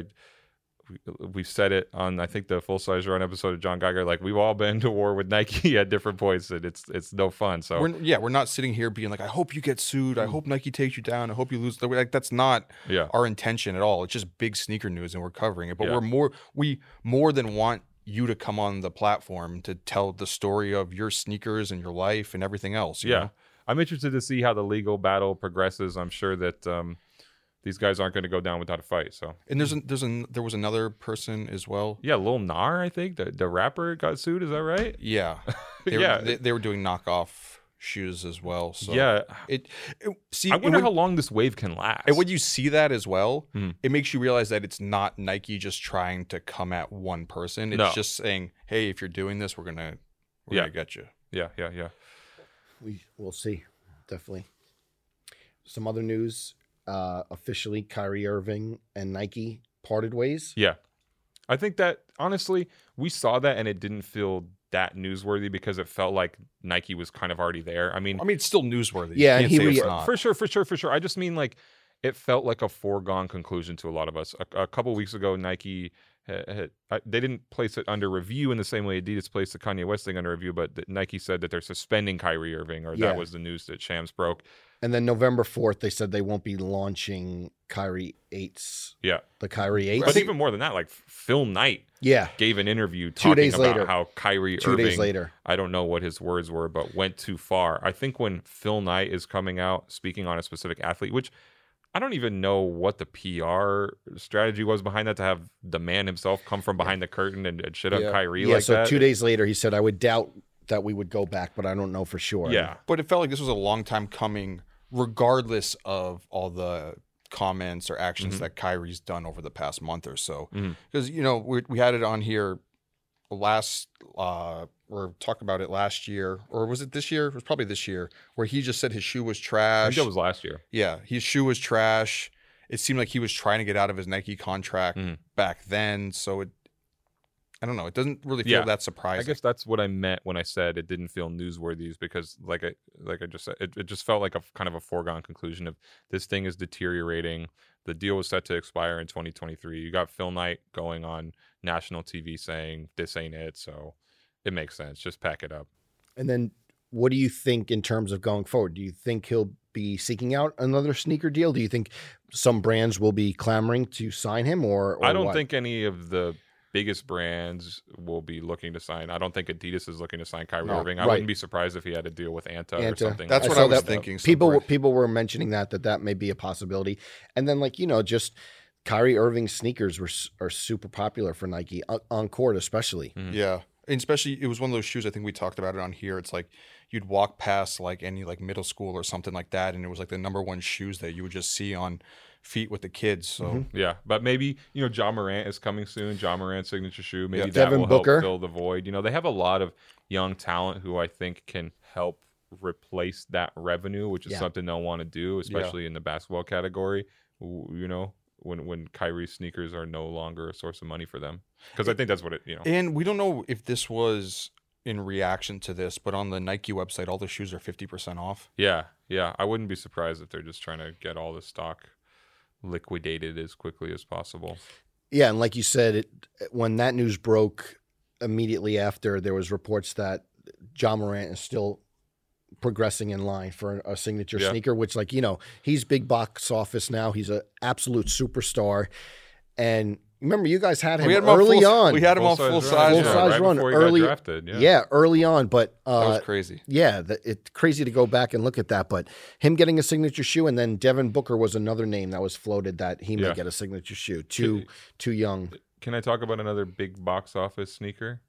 Speaker 3: we- We've said it on I think the full size run episode of John Geiger. Like we've all been to war with Nike at different points, and it's it's no fun. So Mm.
Speaker 2: We're, yeah, we're not sitting here being like, I hope you get sued. I hope Nike takes you down. I hope you lose. Like that's not
Speaker 3: yeah,
Speaker 2: our intention at all. It's just big sneaker news, and we're covering it. But
Speaker 3: Yeah.
Speaker 2: we're more we more than want you to come on the platform to tell the story of your sneakers and your life and everything else. you
Speaker 3: yeah.
Speaker 2: know?
Speaker 3: I'm interested to see how the legal battle progresses. I'm sure that um, these guys aren't going to go down without a fight. So
Speaker 2: And there's a, there's an there was another person as well.
Speaker 3: yeah, Lil Nar, I think the, the rapper got sued. Is that right?
Speaker 2: Yeah, they were,
Speaker 3: Yeah.
Speaker 2: They, they were doing knockoff shoes as well. So
Speaker 3: yeah,
Speaker 2: it, it see
Speaker 3: I
Speaker 2: it
Speaker 3: wonder
Speaker 2: would-
Speaker 3: how long this wave can last.
Speaker 2: And when you see that as well,
Speaker 3: Hmm.
Speaker 2: it makes you realize that it's not Nike just trying to come at one person. It's
Speaker 3: No.
Speaker 2: just saying, "Hey, if you're doing this, we're gonna, we're
Speaker 3: Yeah.
Speaker 2: gonna get you."
Speaker 3: Yeah, yeah, yeah.
Speaker 1: we will see. Definitely. Some other news. Uh, officially, Kyrie Irving and Nike parted ways.
Speaker 3: Yeah. I think that honestly, we saw that and it didn't feel that newsworthy because it felt like Nike was kind of already there. I mean,
Speaker 2: I mean, it's still newsworthy.
Speaker 1: Yeah,
Speaker 2: you
Speaker 1: and
Speaker 2: can't
Speaker 1: he
Speaker 2: say it's
Speaker 1: re-
Speaker 2: not.
Speaker 3: for sure, for sure, for sure. I just mean like it felt like a foregone conclusion to a lot of us. A, a couple weeks ago, Nike ha- had, I- they didn't place it under review in the same way Adidas placed the Kanye West thing under review, but that Nike said that they're suspending Kyrie Irving, or
Speaker 1: Yeah.
Speaker 3: that was the news that Shams broke.
Speaker 1: And then November 4th, they said they won't be launching Kyrie 8's.
Speaker 3: Yeah.
Speaker 1: The Kyrie
Speaker 2: I
Speaker 3: But
Speaker 1: 8s.
Speaker 2: think-
Speaker 3: even more than that, like Phil Knight
Speaker 1: yeah.
Speaker 3: gave an interview
Speaker 1: Two
Speaker 3: talking
Speaker 1: days
Speaker 3: about
Speaker 1: later.
Speaker 3: how Kyrie
Speaker 1: Two
Speaker 3: Irving
Speaker 1: days later.
Speaker 3: I don't know what his words were, but went too far. I think when Phil Knight is coming out speaking on a specific athlete, which I don't even know what the PR strategy was behind that to have the man himself come from behind the curtain and, and shit on
Speaker 2: Yeah.
Speaker 3: Kyrie
Speaker 1: yeah.
Speaker 3: like
Speaker 1: so
Speaker 3: that.
Speaker 1: two days later, he said, I would doubt that we would go back, but I don't know for sure.
Speaker 3: yeah,
Speaker 2: But it felt like this was a long time coming, regardless of all the comments or actions
Speaker 3: Mhm.
Speaker 2: that Kyrie's done over the past month or so.
Speaker 3: Mhm.
Speaker 2: Because you know we we had it on here last uh or talked about it last year or was it this year? It was probably this year where he just said his shoe was
Speaker 3: I
Speaker 2: trash.
Speaker 3: think that was last year.
Speaker 2: Yeah, his shoe was trash. It seemed like he was trying to get out of his Nike contract
Speaker 3: Mhm.
Speaker 2: back then, so it I don't know, it doesn't really feel
Speaker 3: Yeah.
Speaker 2: that
Speaker 3: I
Speaker 2: surprising.
Speaker 3: guess that's what I meant when I said it didn't feel newsworthy, is because like I like I just said, it, it just felt like a f- kind of a foregone conclusion of this thing is deteriorating. The deal was set to expire in 2023. You got Phil Knight going on national TV saying this ain't it, so it makes sense. Just pack it up.
Speaker 1: And then what do you think in terms of going forward? Do you think he'll be seeking out another sneaker deal? Do you think some brands will be clamoring to sign him or, or
Speaker 3: I don't
Speaker 1: what?
Speaker 3: think any of the biggest brands will be looking to sign. I don't think Adidas is looking to sign Kyrie
Speaker 2: No,
Speaker 3: Irving. I
Speaker 1: right.
Speaker 3: wouldn't be surprised if he had a deal with Anta, or
Speaker 1: Anta.
Speaker 3: something.
Speaker 2: That's
Speaker 1: I
Speaker 2: what
Speaker 1: saw
Speaker 2: I was
Speaker 1: that,
Speaker 2: thinking. some
Speaker 1: people
Speaker 2: brand-
Speaker 1: people were mentioning that that that may be a possibility. And then like, you know, just Kyrie Irving sneakers were s- are super popular for Nike on- on court especially.
Speaker 3: Mm.
Speaker 2: Yeah. And especially it was one of those shoes I think we talked about it on here. It's like you'd walk past like any like middle school or something like that and it was like the number one shoes that you would just see on feet with the kids. So
Speaker 1: Mhm.
Speaker 3: Yeah, but maybe you know John Morant is coming soon. John Morant's signature shoe, maybe
Speaker 2: Yeah.
Speaker 3: that
Speaker 1: Devin
Speaker 3: will
Speaker 1: Booker.
Speaker 3: help fill the void. You know, they have a lot of young talent who I think can help replace that revenue, which is
Speaker 1: Yeah.
Speaker 3: something they'll want to do, especially in the basketball category. w- You know, when when Kyrie's sneakers are no longer a source of money for them, because I think that's what it. You know,
Speaker 2: and we don't know if this was in reaction to this, but on the Nike website all the shoes are 50% off.
Speaker 3: yeah, yeah. I wouldn't be surprised if they're just trying to get all the stock liquidated as quickly as possible.
Speaker 1: Yeah, and like you said, it, when that news broke immediately after, there was reports that John Morant is still progressing in line for a signature
Speaker 3: Yeah.
Speaker 1: sneaker, which like you know he's big box office now. He's an absolute superstar, and remember you guys had him,
Speaker 2: We had him on
Speaker 1: early
Speaker 2: full-
Speaker 1: on.
Speaker 2: we had him on
Speaker 3: Full-size
Speaker 2: full
Speaker 1: run.
Speaker 2: size
Speaker 3: run, yeah, right
Speaker 1: Full-size run
Speaker 3: before he
Speaker 1: early-
Speaker 3: got drafted. Yeah.
Speaker 1: yeah. early on, but uh,
Speaker 2: That was crazy.
Speaker 1: yeah, the, it's crazy to go back and look at that. But him getting a signature shoe, and then Devin Booker was another name that was floated that he
Speaker 3: Yeah.
Speaker 1: may get a signature shoe. Too too young.
Speaker 3: Can I talk about another big box office sneaker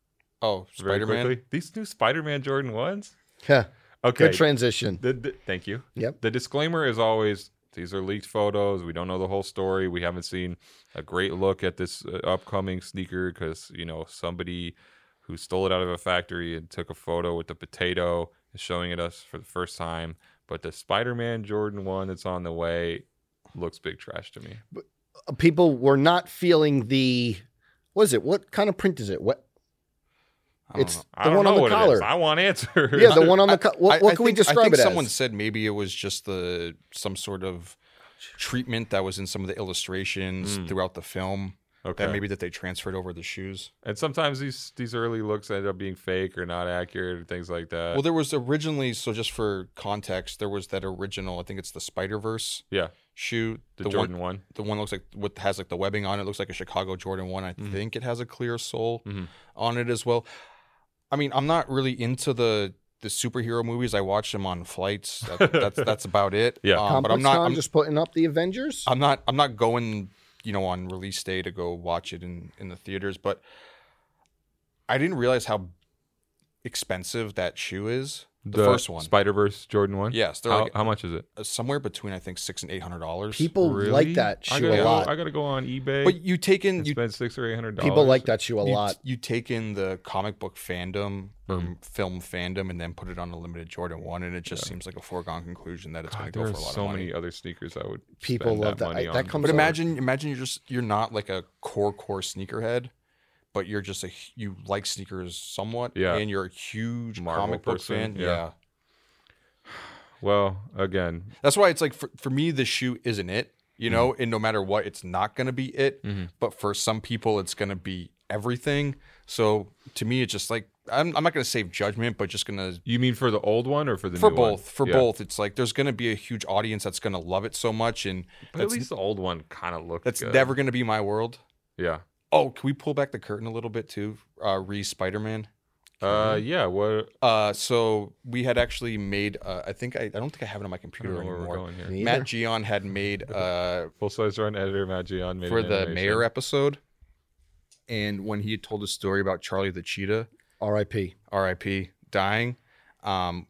Speaker 2: Oh,
Speaker 3: very
Speaker 2: Spider Man.
Speaker 3: quickly? These new Spider-Man Jordan ones.
Speaker 2: uh,
Speaker 1: Huh,
Speaker 3: Okay,
Speaker 1: Good transition.
Speaker 3: The, the- thank you.
Speaker 1: Yep.
Speaker 3: The disclaimer is always these are leaked photos. We don't know the whole story. We haven't seen a great look at this uh, upcoming sneaker because, you know, somebody who stole it out of a factory and took a photo with the potato is showing it us for the first time. But the Spider Man Jordan one that's on the way looks big trash to me.
Speaker 1: People were not feeling the. What is it? What kind of print is it? What it's
Speaker 2: know.
Speaker 3: I
Speaker 1: the
Speaker 3: don't
Speaker 1: one
Speaker 3: know
Speaker 1: on the
Speaker 3: what it is.
Speaker 1: collar.
Speaker 3: I want answers.
Speaker 1: Yeah, the one on the collar.
Speaker 2: I-
Speaker 1: What,
Speaker 2: I
Speaker 1: what can we
Speaker 2: think- I
Speaker 1: describe
Speaker 2: think
Speaker 1: it
Speaker 2: someone
Speaker 1: as?
Speaker 2: said maybe it was just the some sort of treatment that was in some of the illustrations
Speaker 3: Mm.
Speaker 2: throughout the film
Speaker 3: okay.
Speaker 2: that maybe that they transferred over the shoes.
Speaker 3: and sometimes these these early looks end up being fake or not accurate and things like that.
Speaker 2: Well, there was originally so just for context, there was that original. I think it's the Spider Verse
Speaker 3: yeah,
Speaker 2: shoe.
Speaker 3: the,
Speaker 2: the
Speaker 3: Jordan
Speaker 2: one,
Speaker 3: one.
Speaker 2: the one looks like what has like the webbing on it. Looks like a Chicago Jordan one. I
Speaker 3: Mhm.
Speaker 2: think it has a clear sole
Speaker 3: Mhm.
Speaker 2: on it as well. I mean, I'm not really into the the superhero movies. I watch them on flights. That, that's that's about it.
Speaker 3: Yeah.
Speaker 2: Um, but
Speaker 1: Complex
Speaker 2: I'm not.
Speaker 1: Con,
Speaker 2: I'm,
Speaker 1: just putting up the Avengers.
Speaker 2: I'm not I'm not going, you know, on release day to go watch it in in the theaters, but I didn't realize how expensive that shoe is. The, first one.
Speaker 3: Spider Verse Jordan one.
Speaker 2: yes, they're
Speaker 3: How,
Speaker 2: like
Speaker 3: how much is it?
Speaker 2: uh, somewhere between I think 6 and 800 dollars.
Speaker 1: People like that
Speaker 3: I
Speaker 1: shoe
Speaker 3: gotta
Speaker 1: a
Speaker 3: go-
Speaker 1: lot.
Speaker 3: I gotta go on eBay
Speaker 2: But you take in
Speaker 3: and
Speaker 2: you,
Speaker 3: spend six or eight hundred dollars.
Speaker 1: People like that shoe a
Speaker 2: you-
Speaker 1: lot.
Speaker 2: you take in the comic book fandom or
Speaker 3: Mhm.
Speaker 2: film fandom and then put it on a limited Jordan 1 and it just seems like a foregone conclusion that it's going
Speaker 3: God,
Speaker 2: to go
Speaker 3: there
Speaker 2: for
Speaker 3: are
Speaker 2: a lot
Speaker 3: so
Speaker 2: of money.
Speaker 3: many other sneakers I would.
Speaker 1: People
Speaker 3: spend
Speaker 1: love that.
Speaker 3: that. money
Speaker 1: I- that
Speaker 3: on.
Speaker 1: comes
Speaker 2: But
Speaker 1: So-
Speaker 2: imagine, imagine you're just you're not like a core core sneakerhead, but you're just a hu- you like sneakers somewhat,
Speaker 3: Yeah.
Speaker 2: and you're a huge
Speaker 3: Marvel
Speaker 2: comic book
Speaker 3: person,
Speaker 2: fan.
Speaker 3: yeah.
Speaker 2: Yeah.
Speaker 3: Well, again,
Speaker 2: that's why it's like for, for me, the shoe isn't it,
Speaker 3: Hmm.
Speaker 2: you know, and no matter what, it's not gonna be it.
Speaker 3: Mhm.
Speaker 2: But for some people, it's gonna be everything. So to me, it's just like I'm, I'm not gonna save judgment, but just gonna
Speaker 3: you mean for the old one or for the
Speaker 2: for
Speaker 3: new one?
Speaker 2: both for
Speaker 3: Yeah.
Speaker 2: both. It's like there's gonna be a huge audience that's gonna love it so much, and
Speaker 3: But at
Speaker 2: that's
Speaker 3: least the old one kind of looked.
Speaker 2: that's
Speaker 3: good.
Speaker 2: never gonna be my world.
Speaker 3: Yeah.
Speaker 2: Oh, can we pull back the curtain a little bit too? Uh, Re Spider Man.
Speaker 3: Uh, yeah. What?
Speaker 2: Uh, so we had actually made. Uh, I think I, I don't think I have it on my
Speaker 3: I don't
Speaker 2: computer
Speaker 3: know where we're
Speaker 2: anymore.
Speaker 3: going here.
Speaker 1: Me either.
Speaker 2: Matt Gion had made uh,
Speaker 3: Full size run editor Magion made
Speaker 2: for
Speaker 3: an
Speaker 2: the
Speaker 3: animation.
Speaker 2: mayor episode, and when he had told a story about Charlie the cheetah,
Speaker 1: R.I.P.
Speaker 2: R.I.P. dying. Um,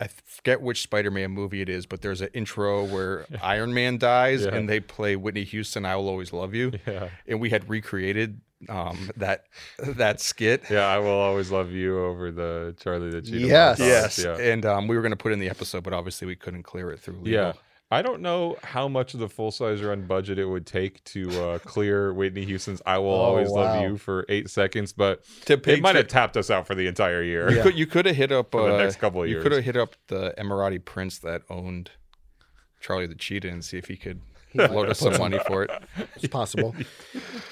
Speaker 2: I forget which Spider-Man movie it is, but there's an intro where Iron Man dies,
Speaker 3: Yeah.
Speaker 2: and they play Whitney Houston. I will always love you,
Speaker 3: Yeah.
Speaker 2: and we had recreated um, that that skit.
Speaker 3: Yeah. I will always love you over the Charlie the Cheetah.
Speaker 1: Yes.
Speaker 3: montage,
Speaker 2: Yes,
Speaker 3: Yeah.
Speaker 2: and um, we were going to put it in the episode, but obviously we couldn't clear it through. Legal.
Speaker 3: Yeah. I don't know how much of the full size run budget it would take to uh, clear Whitney Houston's "I Will
Speaker 1: Oh,
Speaker 3: Always Love
Speaker 1: wow.
Speaker 3: You" for eight seconds, but
Speaker 2: to
Speaker 3: it
Speaker 2: pay
Speaker 3: might
Speaker 2: tri-
Speaker 3: have tapped us out for the entire year.
Speaker 2: You could you could have hit up
Speaker 3: For the
Speaker 2: uh,
Speaker 3: next couple of
Speaker 2: you
Speaker 3: years.
Speaker 2: could have hit up the Emirati prince that owned Charlie the Cheetah and see if he could
Speaker 1: might
Speaker 2: load us some money for it.
Speaker 1: It's possible.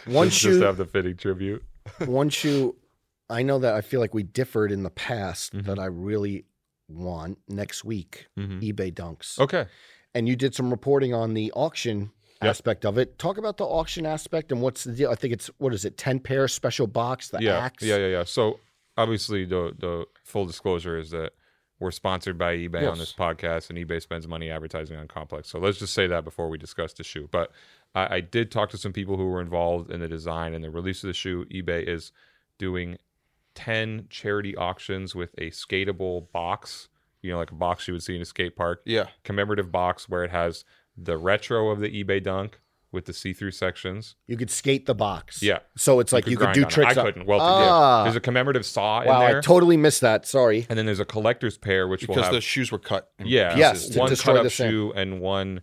Speaker 1: One
Speaker 3: just,
Speaker 1: shoe.
Speaker 3: just have the fitting tribute.
Speaker 1: one shoe I know that I feel like we differed in the past
Speaker 3: Mm-hmm.
Speaker 1: that I really want next week
Speaker 2: Mm-hmm.
Speaker 1: eBay dunks.
Speaker 3: Okay,
Speaker 1: And you did some reporting on the auction
Speaker 3: Yeah.
Speaker 1: aspect of it. Talk about the auction aspect and what's the deal. I think it's what is it? 10 pair special box, the
Speaker 3: yeah,
Speaker 1: axe.
Speaker 3: yeah, yeah, yeah. So obviously, the the full disclosure is that we're sponsored by eBay on this podcast, and eBay spends money advertising on Complex. So let's just say that before we discuss the shoe. But I, I did talk to some people who were involved in the design and the release of the shoe. eBay is doing 10 charity auctions with a skatable box, you know, like a box you would see in a skate park,
Speaker 2: Yeah,
Speaker 3: commemorative box where it has the retro of the eBay dunk with the see through sections.
Speaker 1: You could skate the box.
Speaker 3: Yeah.
Speaker 1: So it's like you could
Speaker 3: grind
Speaker 1: do
Speaker 3: on it.
Speaker 1: tricks.
Speaker 3: I
Speaker 1: on-
Speaker 3: couldn't. Well,
Speaker 1: Ah.
Speaker 3: there's a commemorative saw
Speaker 1: Wow,
Speaker 3: in there.
Speaker 1: I totally missed that. Sorry.
Speaker 3: and then there's a collector's pair, which will
Speaker 2: because
Speaker 3: have
Speaker 2: the shoes were cut. in
Speaker 3: yeah,
Speaker 1: Yes,
Speaker 2: pieces.
Speaker 1: to
Speaker 3: one
Speaker 1: destroy
Speaker 3: cut up
Speaker 1: the sand.
Speaker 3: shoe and one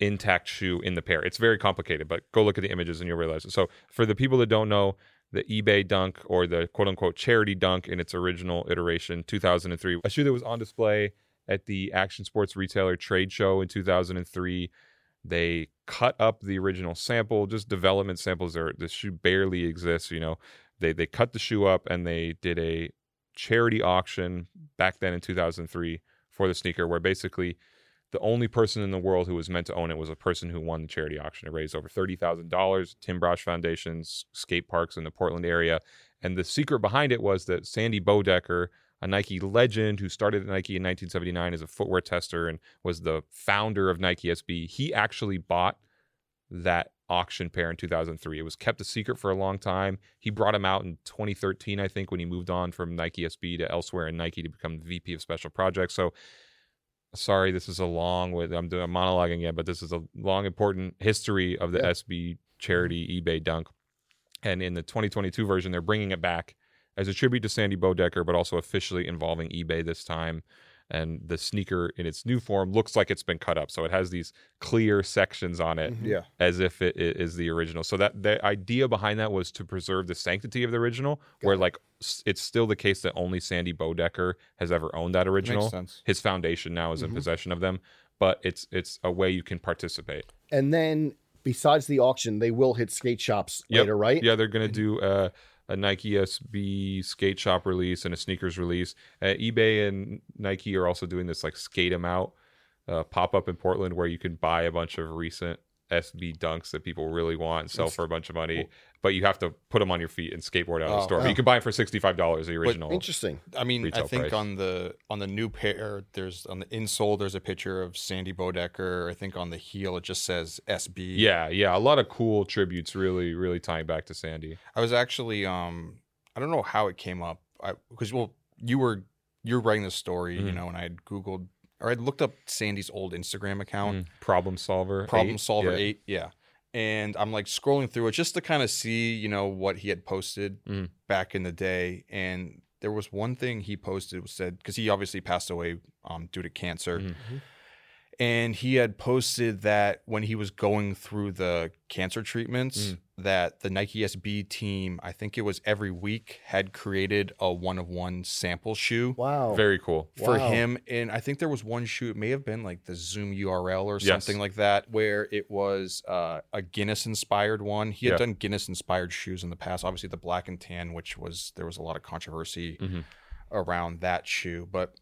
Speaker 3: intact shoe in the pair. It's very complicated, but go look at the images and you'll realize it. So for the people that don't know, the eBay dunk or the quote unquote charity dunk in its original iteration, 2003, a shoe that was on display at the action sports retailer trade show in 2003. They cut up the original sample, just development samples. There, the shoe barely exists. You know, they they cut the shoe up and they did a charity auction back then in 2003 for the sneaker, where basically the only person in the world who was meant to own it was a person who won the charity auction. It raised over thirty thousand dollars. Tim Brosh Foundation's skate parks in the Portland area, and the secret behind it was that Sandy Bodecker, a Nike legend who started at Nike in 1979 as a footwear tester and was the founder of Nike SB, he actually bought that auction pair in 2003. It was kept a secret for a long time. He brought him out in 2013, I think, when he moved on from Nike SB to elsewhere in Nike to become VP of Special Projects. So, sorry, this is a long. way- I'm doing a monologuing again, but this is a long, important history of the
Speaker 1: Yeah.
Speaker 3: SB charity eBay dunk. And in the 2022 version, they're bringing it back as a tribute to Sandy Bodecker, but also officially involving eBay this time. And the sneaker in its new form looks like it's been cut up. So it has these clear sections on it
Speaker 1: Mhm.
Speaker 2: Yeah.
Speaker 3: as if it i- is the original. So that the idea behind that was to preserve the sanctity of the original, where like s- it's still the case that only Sandy Bodecker has ever owned that
Speaker 2: Makes
Speaker 3: original.
Speaker 2: sense. Mm-hmm.
Speaker 3: His foundation now is in
Speaker 1: Mhm.
Speaker 3: possession of them, but it's it's a way you can participate.
Speaker 1: And then besides the auction, they will hit skate shops
Speaker 3: Yep.
Speaker 1: later, right?
Speaker 3: Yeah, they're gonna
Speaker 2: Mm.
Speaker 3: do uh, a Nike SB skate shop release and a sneakers release. Uh, eBay and Nike are also doing this like skate 'em out uh, pop up in Portland where you can buy a bunch of recent SB dunks that people really want and sell
Speaker 1: That's
Speaker 3: for a bunch of money, but you have to put them on your feet and skateboard out of the
Speaker 2: Oh.
Speaker 3: store. But you can buy them for sixty five dollars the original.
Speaker 1: Interesting.
Speaker 2: I mean, I
Speaker 3: retail
Speaker 2: think
Speaker 3: price.
Speaker 2: on the on the new pair, there's on the insole, there's a picture of Sandy Bodecker. I think on the heel, it just says SB.
Speaker 3: Yeah, yeah, a lot of cool tributes. Really, really tying back to Sandy.
Speaker 2: I was actually, um, I don't know how it came up, I because well, you were you were writing this story, you
Speaker 3: Mhm.
Speaker 2: know, and I had Googled or I'd looked up Sandy's old Instagram account,
Speaker 3: Mm. Problem solver.
Speaker 2: Problem
Speaker 3: eight.
Speaker 2: Solver
Speaker 3: Yeah.
Speaker 2: Eight, yeah. And I'm like scrolling through it just to kind of see, you know, what he had posted
Speaker 3: Mhm.
Speaker 2: back in the day, and there was one thing he posted was said because he obviously passed away um, due to cancer.
Speaker 3: Mhm.
Speaker 2: and he had posted that when he was going through the cancer treatments
Speaker 3: Mm.
Speaker 2: that the nike sb team i think it was every week had created a one of one sample shoe
Speaker 1: Wow.
Speaker 3: Very cool.
Speaker 2: for
Speaker 1: Wow.
Speaker 2: him and i think there was one shoe it may have been like the zoom url or
Speaker 3: Yes.
Speaker 2: something like that where it was uh, a guinness inspired one he had
Speaker 3: Yeah.
Speaker 2: done guinness inspired shoes in the past obviously the black and tan which was there was a lot of controversy
Speaker 3: Mhm.
Speaker 2: around that shoe but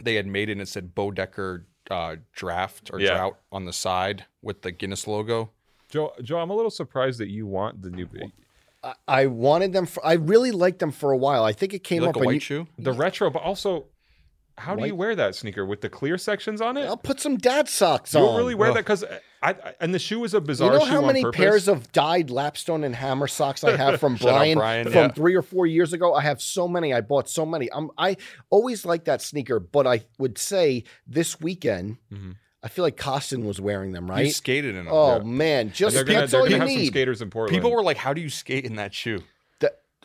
Speaker 2: they had made it and it said bodecker uh, draft or
Speaker 3: Yeah.
Speaker 2: drought on the side with the guinness logo
Speaker 3: Joe, Joe, I'm a little surprised that you want the new.
Speaker 1: I, I wanted them. For, I really liked them for a while. I think it
Speaker 2: You
Speaker 1: came
Speaker 2: like
Speaker 1: up
Speaker 2: a
Speaker 1: when
Speaker 2: white
Speaker 1: you.
Speaker 2: shoe
Speaker 3: The retro, but also, how do you
Speaker 1: White-
Speaker 3: wear that sneaker with the clear sections on it?
Speaker 1: I'll put some dad socks
Speaker 3: You'll
Speaker 1: on.
Speaker 3: really wear
Speaker 2: Ugh.
Speaker 3: that because I, I and the shoe is a bizarre
Speaker 1: you know
Speaker 3: shoe
Speaker 1: how
Speaker 3: on
Speaker 1: many
Speaker 3: purpose.
Speaker 1: pairs of dyed lapstone and hammer socks I have from
Speaker 2: Shout out
Speaker 1: Brian,
Speaker 2: Brian,
Speaker 1: from
Speaker 2: yeah.
Speaker 1: three or four years ago? I have so many. I bought so many. I'm, I always like that sneaker, but I would say this weekend,
Speaker 3: Mhm.
Speaker 1: I feel like Costin was wearing them,
Speaker 2: he
Speaker 1: right?
Speaker 2: skated in them
Speaker 1: Oh
Speaker 2: Yeah.
Speaker 1: man, just
Speaker 3: they're gonna,
Speaker 1: that's
Speaker 3: they're
Speaker 1: all
Speaker 3: gonna
Speaker 1: you
Speaker 3: have some
Speaker 1: need.
Speaker 3: skaters in Portland.
Speaker 2: people were like how do you skate in that shoe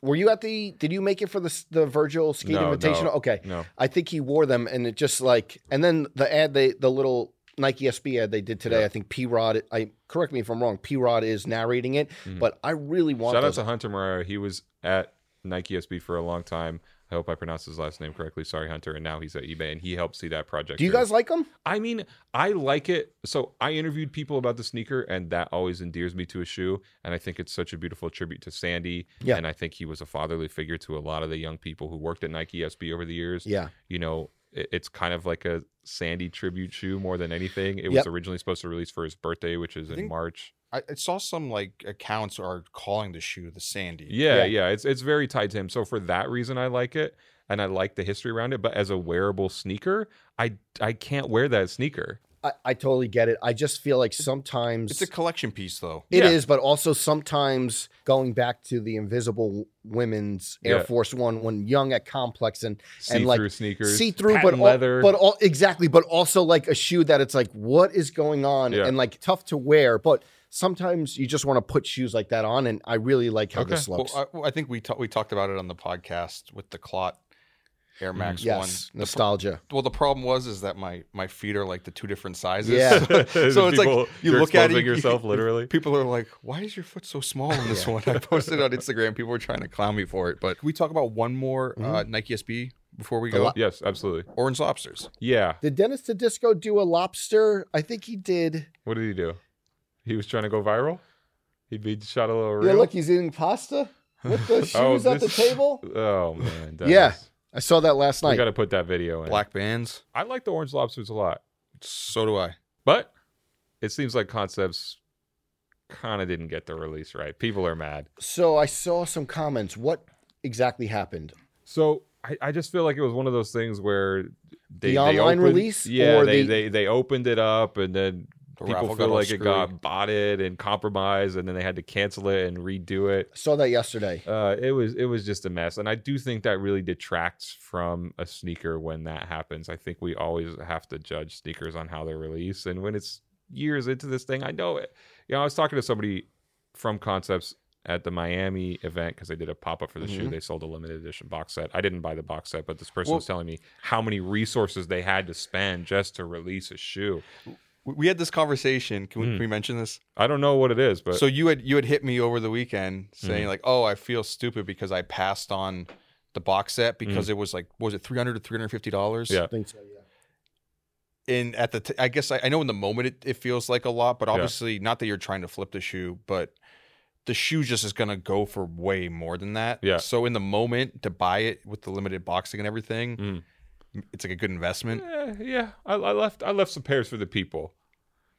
Speaker 1: Were you at the? Did you make it for the s- the Virgil Skate
Speaker 3: No, no.
Speaker 1: Invitational? Okay,
Speaker 3: no,
Speaker 1: I think he wore them, and it just like, and then the ad, they the little Nike SB ad they did today.
Speaker 3: Yeah.
Speaker 1: I think P Rod. I correct me if I'm wrong. P Rod is narrating it,
Speaker 3: Mhm.
Speaker 1: but I really want
Speaker 3: shout out
Speaker 1: those.
Speaker 3: to Hunter Moreira. He was at Nike SB for a long time. I hope I pronounced his last name correctly. Sorry, Hunter. And now he's at eBay, and he helped see that project.
Speaker 1: Do you
Speaker 3: through.
Speaker 1: guys like them?
Speaker 3: I mean, I like it. So I interviewed people about the sneaker, and that always endears me to a shoe. And I think it's such a beautiful tribute to Sandy.
Speaker 1: Yeah.
Speaker 3: And I think he was a fatherly figure to a lot of the young people who worked at Nike SB over the years.
Speaker 1: Yeah,
Speaker 3: You know, it, it's kind of like a Sandy tribute shoe more than anything.
Speaker 1: Yep.
Speaker 3: It was originally supposed to release for his birthday, which is
Speaker 2: I
Speaker 3: in
Speaker 2: think-
Speaker 3: March.
Speaker 2: I, I saw some like accounts are calling the shoe the sandy
Speaker 3: Yeah,
Speaker 1: Yeah.
Speaker 3: yeah, It's it's very tied to him. So for that reason, I like it, and I like the history around it. But as a wearable sneaker, I I can't wear that sneaker.
Speaker 1: I, I totally get it. I just feel like sometimes
Speaker 2: it's a collection piece though
Speaker 1: It
Speaker 3: Yeah.
Speaker 1: is, but also sometimes going back to the Invisible Women's Air
Speaker 3: Yeah.
Speaker 1: Force One when young at complex and
Speaker 3: See-through
Speaker 1: like,
Speaker 3: sneakers.
Speaker 1: see through, but
Speaker 3: patent
Speaker 1: al-
Speaker 3: leather.
Speaker 1: but all exactly, but also like a shoe that it's like, what is going on,
Speaker 3: Yeah.
Speaker 1: and like tough to wear, but sometimes you just want to put shoes like that on, and I really like how
Speaker 3: Okay.
Speaker 1: this
Speaker 2: Well,
Speaker 1: looks.
Speaker 2: I, well, I think we ta- we talked about it on the podcast with the clot Air Max One.
Speaker 1: yes,
Speaker 2: Mm, The pro-
Speaker 1: nostalgia.
Speaker 2: well, the problem was is that my my feet are like the two different sizes.
Speaker 1: Yeah.
Speaker 2: so it's like you
Speaker 3: you're
Speaker 2: look at it,
Speaker 3: exposing
Speaker 2: you-
Speaker 3: yourself literally.
Speaker 2: people are like, "Why is your foot so small on this
Speaker 1: Yeah.
Speaker 2: one?" I posted on Instagram. People were trying to clown me for it. But Can we talk about one more uh, Nike SB before we
Speaker 1: The
Speaker 2: go?
Speaker 1: lo-
Speaker 3: Yes, absolutely.
Speaker 2: Orange lobsters.
Speaker 3: Yeah.
Speaker 1: Did Dennis the Disco do a lobster? I think he did.
Speaker 3: What did he do? He was trying to go viral. He beat shot a little
Speaker 1: Yeah,
Speaker 3: reel?
Speaker 1: look, he's eating pasta with the shoes at the
Speaker 3: this-
Speaker 1: table.
Speaker 3: Oh man, Dennis.
Speaker 1: Yeah, I saw that last
Speaker 3: We
Speaker 1: night.
Speaker 3: got to put that video in.
Speaker 2: Black bands.
Speaker 3: I like the orange lobsters a lot,
Speaker 2: So do I.
Speaker 3: but it seems like concepts kind of didn't get the release right. People are mad.
Speaker 1: So I saw some comments. What exactly happened?
Speaker 3: So I, I just feel like it was one of those things where they,
Speaker 1: The
Speaker 3: they
Speaker 1: online
Speaker 3: opened-
Speaker 1: release
Speaker 3: yeah,
Speaker 1: or
Speaker 3: they,
Speaker 1: the-
Speaker 3: they they opened it up and then
Speaker 2: The
Speaker 3: people
Speaker 2: raffle
Speaker 3: feel
Speaker 2: all
Speaker 3: like it
Speaker 2: screwy.
Speaker 3: got botted and compromised, and then they had to cancel it and redo it.
Speaker 1: I saw that yesterday.
Speaker 3: Uh, it was it was just a mess, and I do think that really detracts from a sneaker when that happens. I think we always have to judge sneakers on how they're released, and when it's years into this thing, I know it. You know, I was talking to somebody from Concepts at the Miami event because they did a pop up for the shoe.
Speaker 1: Mhm.
Speaker 3: They sold a limited edition box set. I didn't buy the box set, but this person
Speaker 2: Well-
Speaker 3: was telling me how many resources they had to spend just to release a shoe.
Speaker 2: We- We had this conversation. Can we,
Speaker 3: Mm.
Speaker 2: can we mention this?
Speaker 3: I don't know what it is, but Mm-hmm.
Speaker 2: so you had you had hit me over the weekend saying like, "Oh, I feel stupid because I passed on the box set because it was like was it 300 to 350 dollars?"
Speaker 3: Mm. Yeah.
Speaker 1: I think so, yeah.
Speaker 2: In at the t- I guess I, I know in the moment it, it feels like a lot, but
Speaker 3: Yeah.
Speaker 2: obviously not that you're trying to flip the shoe, but the shoe just is going to go for way more than that.
Speaker 3: Yeah.
Speaker 2: So in the moment to buy it with the limited boxing and everything,
Speaker 3: Mm.
Speaker 2: it's like a good investment.
Speaker 3: Eh, yeah, I, I left. I left some pairs for the people.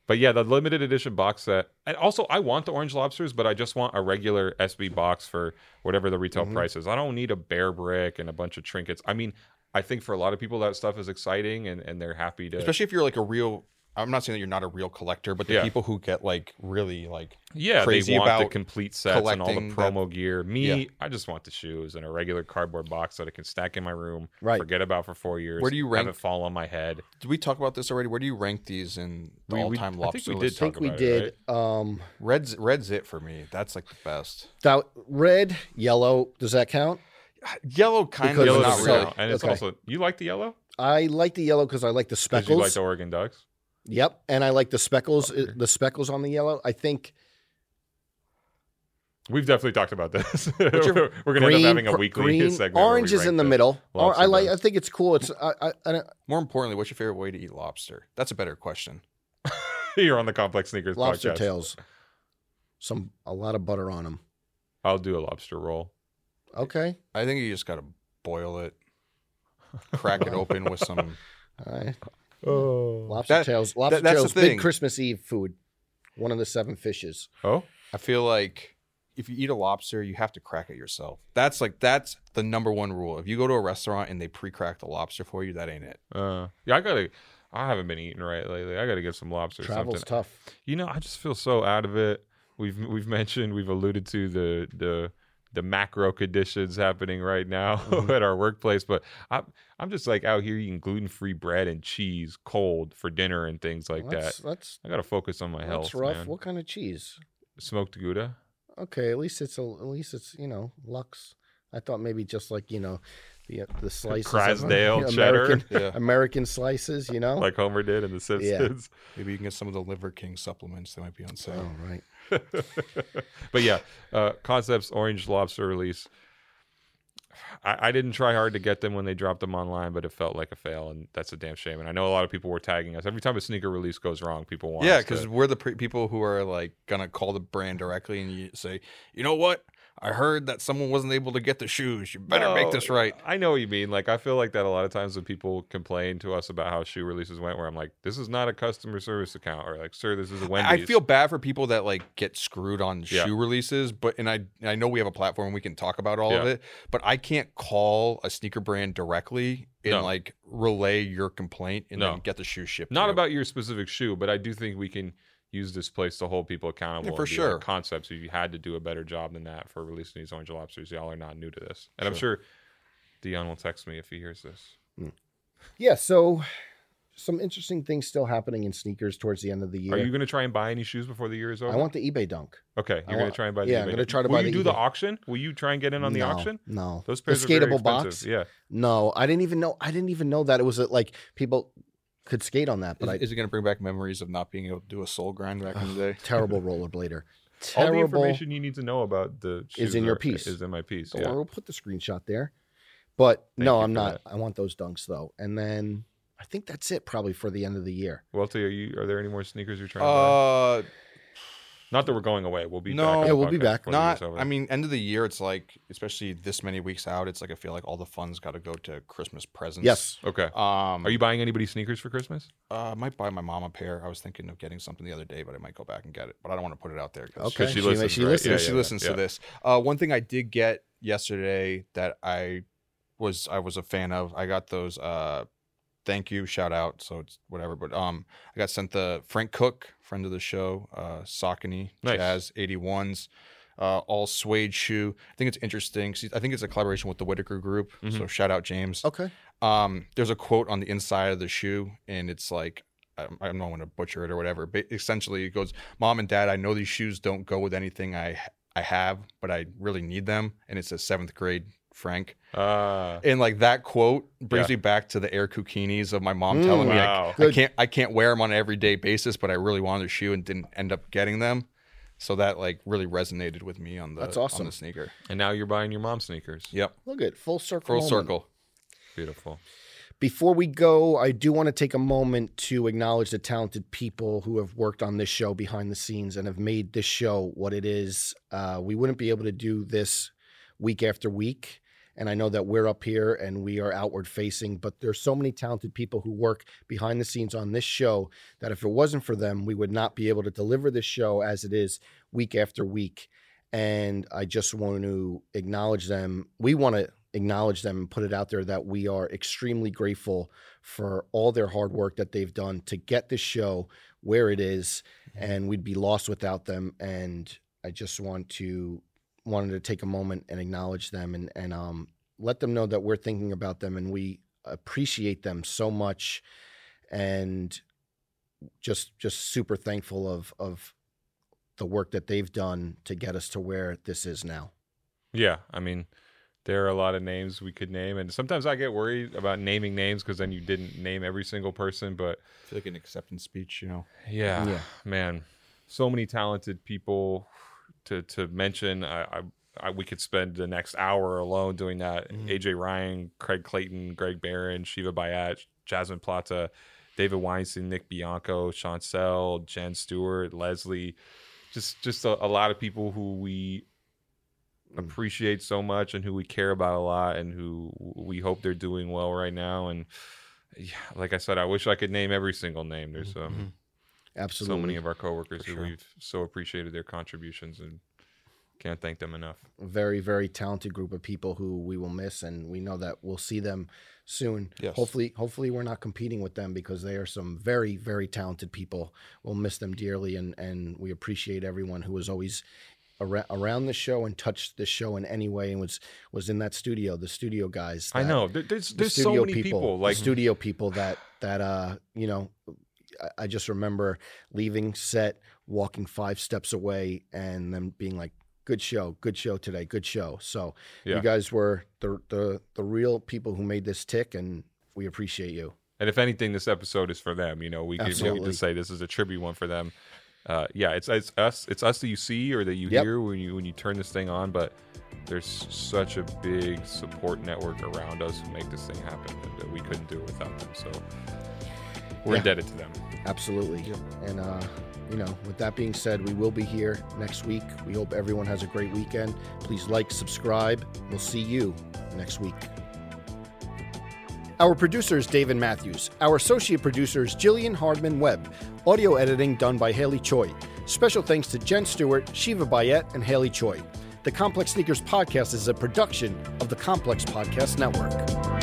Speaker 3: But yeah, the limited edition box set, and also I want the orange lobsters, but I just want a regular SB box for whatever the retail
Speaker 2: Mm-hmm.
Speaker 1: Mhm.
Speaker 3: price is. I don't need a bear brick and a bunch of trinkets. I mean, I think for a lot of people that stuff is exciting, and and they're happy to.
Speaker 2: Especially if you're like a real I'm not saying that you're not a real collector, but the
Speaker 3: Yeah.
Speaker 2: people who get like really like
Speaker 3: yeah,
Speaker 2: crazy
Speaker 3: they want the
Speaker 2: about
Speaker 3: complete sets and all the
Speaker 2: collecting that-
Speaker 3: promo gear. Me,
Speaker 2: Yeah.
Speaker 3: I just want the shoes and a regular cardboard box that I can stack in my room,
Speaker 1: Right.
Speaker 3: forget about for four years.
Speaker 2: Where do you
Speaker 3: have
Speaker 2: rank-
Speaker 3: it fall on my head?
Speaker 2: Did we talk about this already? Where do you rank these in the
Speaker 3: We- we-
Speaker 2: all-time
Speaker 3: I think
Speaker 2: lobster
Speaker 3: we
Speaker 1: I
Speaker 2: list?
Speaker 3: Talk
Speaker 1: think we
Speaker 3: about it,
Speaker 1: did. Um,
Speaker 2: Red's red's it for me. That's like the best.
Speaker 1: that red, yellow. Does that count?
Speaker 2: Yellow kind
Speaker 1: Because it's
Speaker 2: of,
Speaker 3: Yellow
Speaker 2: but not
Speaker 3: doesn't
Speaker 1: so-
Speaker 2: really.
Speaker 3: count, and it's
Speaker 1: okay.
Speaker 3: also you like the yellow
Speaker 1: I like the yellow because I like the
Speaker 3: because
Speaker 1: speckles.
Speaker 3: you like the Oregon Ducks.
Speaker 1: Yep, and I like the speckles.
Speaker 3: Okay.
Speaker 1: The speckles on the yellow. I think
Speaker 3: We've definitely talked about this.
Speaker 1: your-
Speaker 3: We're going to end
Speaker 1: green,
Speaker 3: up having a
Speaker 1: pur-
Speaker 3: weekly
Speaker 1: green,
Speaker 3: segment. where
Speaker 1: orange
Speaker 3: we
Speaker 1: is in
Speaker 3: rank
Speaker 1: the
Speaker 3: them.
Speaker 1: middle. Or I
Speaker 3: Lobster
Speaker 1: like. I
Speaker 3: buns.
Speaker 1: think it's cool. It's I, I, I, don't-
Speaker 2: More importantly, what's your favorite way to eat lobster? That's a better question.
Speaker 3: You're on the Complex Sneakers
Speaker 1: lobster
Speaker 3: podcast.
Speaker 1: tails. Some a lot of butter on them.
Speaker 3: I'll do a lobster roll.
Speaker 1: Okay,
Speaker 2: I think you just gotta boil it, crack it open with some.
Speaker 1: all right.
Speaker 3: Oh.
Speaker 1: Lobster
Speaker 2: That-
Speaker 1: tails. Lobster
Speaker 2: that's the
Speaker 1: tails.
Speaker 2: thing.
Speaker 1: Big Christmas Eve food. One of the seven fishes.
Speaker 3: Oh.
Speaker 2: I feel like if you eat a lobster, you have to crack it yourself. That's like that's the number one rule. If you go to a restaurant and they pre-crack the lobster for you, that ain't it.
Speaker 3: Uh, yeah, I got to. I haven't been eating right lately. I got to get some lobster. or
Speaker 1: Travel's
Speaker 3: something.
Speaker 1: tough.
Speaker 3: You know, I just feel so out of it. We've we've mentioned, we've alluded to the the the macro conditions happening right now
Speaker 1: Mm-hmm.
Speaker 3: at our workplace, but I'm I'm just like out here eating gluten free bread and cheese cold for dinner and things like
Speaker 1: that's,
Speaker 3: that.
Speaker 1: That's
Speaker 3: I got to focus on my
Speaker 1: that's
Speaker 3: health.
Speaker 1: rough.
Speaker 3: man.
Speaker 1: What kind of cheese?
Speaker 3: Smoked Gouda.
Speaker 1: Okay, at least it's a, at least it's you know Lux. I thought maybe just like you know the uh, the slices of
Speaker 3: Crasdale cheddar.
Speaker 1: American
Speaker 2: Yeah,
Speaker 1: American slices. You know,
Speaker 3: like Homer did in The Simpsons.
Speaker 2: maybe you can get some of the Liver King supplements. They might be on sale.
Speaker 1: oh right.
Speaker 3: but yeah, uh, Concepts Orange Lobster release. I, I didn't try hard to get them when they dropped them online, but it felt like a fail, and that's a damn shame. And I know a lot of people were tagging us every time a sneaker release goes wrong. People want
Speaker 2: Yeah,
Speaker 3: us to-
Speaker 2: because we're the pre- people who are like gonna call the brand directly and you say, you know what? I heard that someone wasn't able to get the shoes. You better make
Speaker 3: No,
Speaker 2: this right.
Speaker 3: I know what you mean. Like I feel like that a lot of times when people complain to us about how shoe releases went, where I'm like, "This is not a customer service account," or like, "Sir, this is a
Speaker 2: I-
Speaker 3: Wendy's."
Speaker 2: I feel bad for people that like get screwed on
Speaker 3: Yeah.
Speaker 2: shoe releases, but and I and I know we have a platform and we can talk about all of
Speaker 3: Yeah.
Speaker 2: it, but I can't call a sneaker brand directly and
Speaker 3: No.
Speaker 2: like relay your complaint and
Speaker 3: No.
Speaker 2: then get the shoe shipped. to
Speaker 3: Not
Speaker 2: you.
Speaker 3: about your specific shoe, but I do think we can use this place to hold people accountable.
Speaker 2: Yeah, for
Speaker 3: and be
Speaker 2: sure.
Speaker 3: Like, Concepts, if you had to do a better job than that for releasing these orange lobsters, y'all are not new to this. And I'm sure Dion will text me if he hears this.
Speaker 1: Yeah. So some interesting things still happening in sneakers towards the end of the year.
Speaker 3: Are you going to try and buy any shoes before the year is over?
Speaker 1: I want the eBay dunk.
Speaker 3: okay,
Speaker 1: I
Speaker 3: you're going
Speaker 1: want-
Speaker 3: to try and buy.
Speaker 1: yeah,
Speaker 3: the
Speaker 1: I'm
Speaker 3: eBay.
Speaker 1: gonna try to
Speaker 3: Will
Speaker 1: buy
Speaker 3: you
Speaker 1: the
Speaker 3: do the
Speaker 1: eBay.
Speaker 3: auction? Will you try and get in on the
Speaker 1: No,
Speaker 3: auction?
Speaker 1: No.
Speaker 3: Those
Speaker 1: The
Speaker 3: pairs are very
Speaker 1: skatable box?
Speaker 3: expensive. Yeah,
Speaker 1: No, I didn't even know. I didn't even know that it was a, like people could skate on that, but
Speaker 2: Is,
Speaker 1: I
Speaker 2: is it going to bring back memories of not being able to do a soul grind back in the day?
Speaker 1: terrible rollerblader.
Speaker 3: all the
Speaker 1: Terrible.
Speaker 3: information you need to know about the shoes
Speaker 1: in your
Speaker 3: are-
Speaker 1: piece.
Speaker 3: Is in my piece.
Speaker 1: Don't
Speaker 3: yeah.
Speaker 1: worry, we'll put the screenshot there. But
Speaker 3: Thank
Speaker 1: no,
Speaker 3: you
Speaker 1: I'm
Speaker 3: for
Speaker 1: not. I want those dunks though. And then I think that's it probably for the end of the year.
Speaker 3: Welty, are you? Are there any more sneakers you're trying to buy?
Speaker 2: Uh,
Speaker 3: Not that we're going away. We'll be
Speaker 2: No.
Speaker 3: back. on
Speaker 2: Yeah,
Speaker 3: the
Speaker 1: we'll be
Speaker 3: podcast
Speaker 1: back.
Speaker 3: before the
Speaker 2: not.
Speaker 3: year's over.
Speaker 2: I mean, end of the year, it's like, especially this many weeks out, it's like I feel like all the fun's got to go to Christmas presents.
Speaker 1: Yes.
Speaker 3: okay.
Speaker 2: Um,
Speaker 3: Are you buying anybody sneakers for Christmas?
Speaker 2: Uh, I might buy my mom a pair. I was thinking of getting something the other day, but I might go back and get it. But I don't want to put it out there. 'cause
Speaker 1: Okay.
Speaker 3: she
Speaker 1: may-
Speaker 3: listens,
Speaker 1: she
Speaker 3: right?
Speaker 1: listens.
Speaker 2: Yeah,
Speaker 3: Yeah,
Speaker 2: she
Speaker 3: yeah,
Speaker 2: listens
Speaker 3: yeah.
Speaker 2: to this. Uh, one thing I did get yesterday that I was I was a fan of. I got those. Uh, thank you, shout out. So it's whatever. But um, I got sent the Frank Cook, friend of the show, uh, Saucony
Speaker 3: Nice.
Speaker 2: Jazz eighty ones. Uh, all suede shoe. I think it's interesting. 'cause I think it's a collaboration with the Whitaker Group. So
Speaker 3: Mhm.
Speaker 2: shout out James
Speaker 1: Okay.
Speaker 2: um there's a quote on the inside of the shoe and it's like i i don't want to butcher it or whatever but essentially it goes mom and dad i know these shoes don't go with anything i i have but i really need them and it says seventh grade frank
Speaker 3: Uh,
Speaker 2: and like that quote brings
Speaker 3: Yeah.
Speaker 2: me back to the air kukinis of my mom
Speaker 1: Mm.
Speaker 2: telling me I,
Speaker 3: wow.
Speaker 2: I
Speaker 1: Good.
Speaker 2: can't i can't wear them on an everyday basis but i really wanted a shoe and didn't end up getting them so that like really resonated with me on the
Speaker 1: That's
Speaker 2: on
Speaker 1: awesome.
Speaker 2: the sneaker
Speaker 3: And now you're buying your mom sneakers.
Speaker 2: yep
Speaker 1: Look at full circle.
Speaker 2: full
Speaker 1: moment.
Speaker 2: circle
Speaker 3: Beautiful.
Speaker 1: Before we go, I do want to take a moment to acknowledge the talented people who have worked on this show behind the scenes and have made this show what it is. Uh, we wouldn't be able to do this week after week. And I know that we're up here and we are outward facing, but there's so many talented people who work behind the scenes on this show that if it wasn't for them, we would not be able to deliver this show as it is week after week. And I just want to acknowledge them. We want to acknowledge them and put it out there that we are extremely grateful for all their hard work that they've done to get this show where it is and we'd be lost without them and i just want to wanted to take a moment and acknowledge them and and um let them know that we're thinking about them and we appreciate them so much and just just super thankful of of the work that they've done to get us to where this is now
Speaker 3: Yeah, I mean, there are a lot of names we could name, and sometimes I get worried about naming names because then you didn't name every single person. But
Speaker 2: I feel like an acceptance speech you know
Speaker 3: yeah,
Speaker 1: Yeah.
Speaker 3: man, so many talented people to to mention. I, I, I we could spend the next hour alone doing that.
Speaker 2: Mhm.
Speaker 3: AJ Ryan, Craig Clayton, Greg Barron, Shiva Bayat, Jasmine Plata, David Weinstein, Nick Bianco, Chancel, Jen Stewart, Leslie, just just a, a lot of people who we
Speaker 1: Mm.
Speaker 3: appreciate so much and who we care about a lot and who we hope they're doing well right now. And yeah, like I said, I wish I could name every single name. There's
Speaker 2: Mm-hmm.
Speaker 3: um,
Speaker 1: Mm-hmm. absolutely
Speaker 3: so many of our coworkers
Speaker 2: For
Speaker 3: who
Speaker 2: sure.
Speaker 3: we've so appreciated their contributions and can't thank them enough.
Speaker 1: very very talented group of people who we will miss and we know that we'll see them soon
Speaker 2: Yes.
Speaker 1: hopefully hopefully we're not competing with them because they are some very very talented people we'll miss them dearly and and we appreciate everyone who was always ar- around the show and touched the show in any way and was was in that studio the studio guys
Speaker 3: I
Speaker 1: that-
Speaker 3: know there, there's
Speaker 1: the
Speaker 3: there's so
Speaker 1: studio
Speaker 3: many people,
Speaker 1: the
Speaker 3: like
Speaker 1: studio people that that uh you know I- I just remember leaving set, walking five steps away, and them being like, "Good show, good show today, good show." So
Speaker 3: Yeah.
Speaker 1: you guys were the the the real people who made this tick, and we appreciate you.
Speaker 3: and if anything, this episode is for them. You know, we could, we could
Speaker 1: Absolutely.
Speaker 3: just say this is a tribute one for them. Uh, yeah, it's it's us it's us that you see or that you
Speaker 1: Yep.
Speaker 3: hear when you when you turn this thing on, but there's such a big support network around us who make this thing happen and that we couldn't do it without them. So we're
Speaker 1: Yeah.
Speaker 3: indebted to them.
Speaker 1: Absolutely.
Speaker 2: Yep.
Speaker 1: And uh, you know, with that being said, we will be here next week. We hope everyone has a great weekend. Please like, subscribe. We'll see you next week. Our producer is David Matthews. Our associate producer is Jillian Hardman Webb. Audio editing done by Haley Choi. Special thanks to Jen Stewart, Shiva Bayet, and Haley Choi. The Complex Sneakers Podcast is a production of the Complex Podcast Network.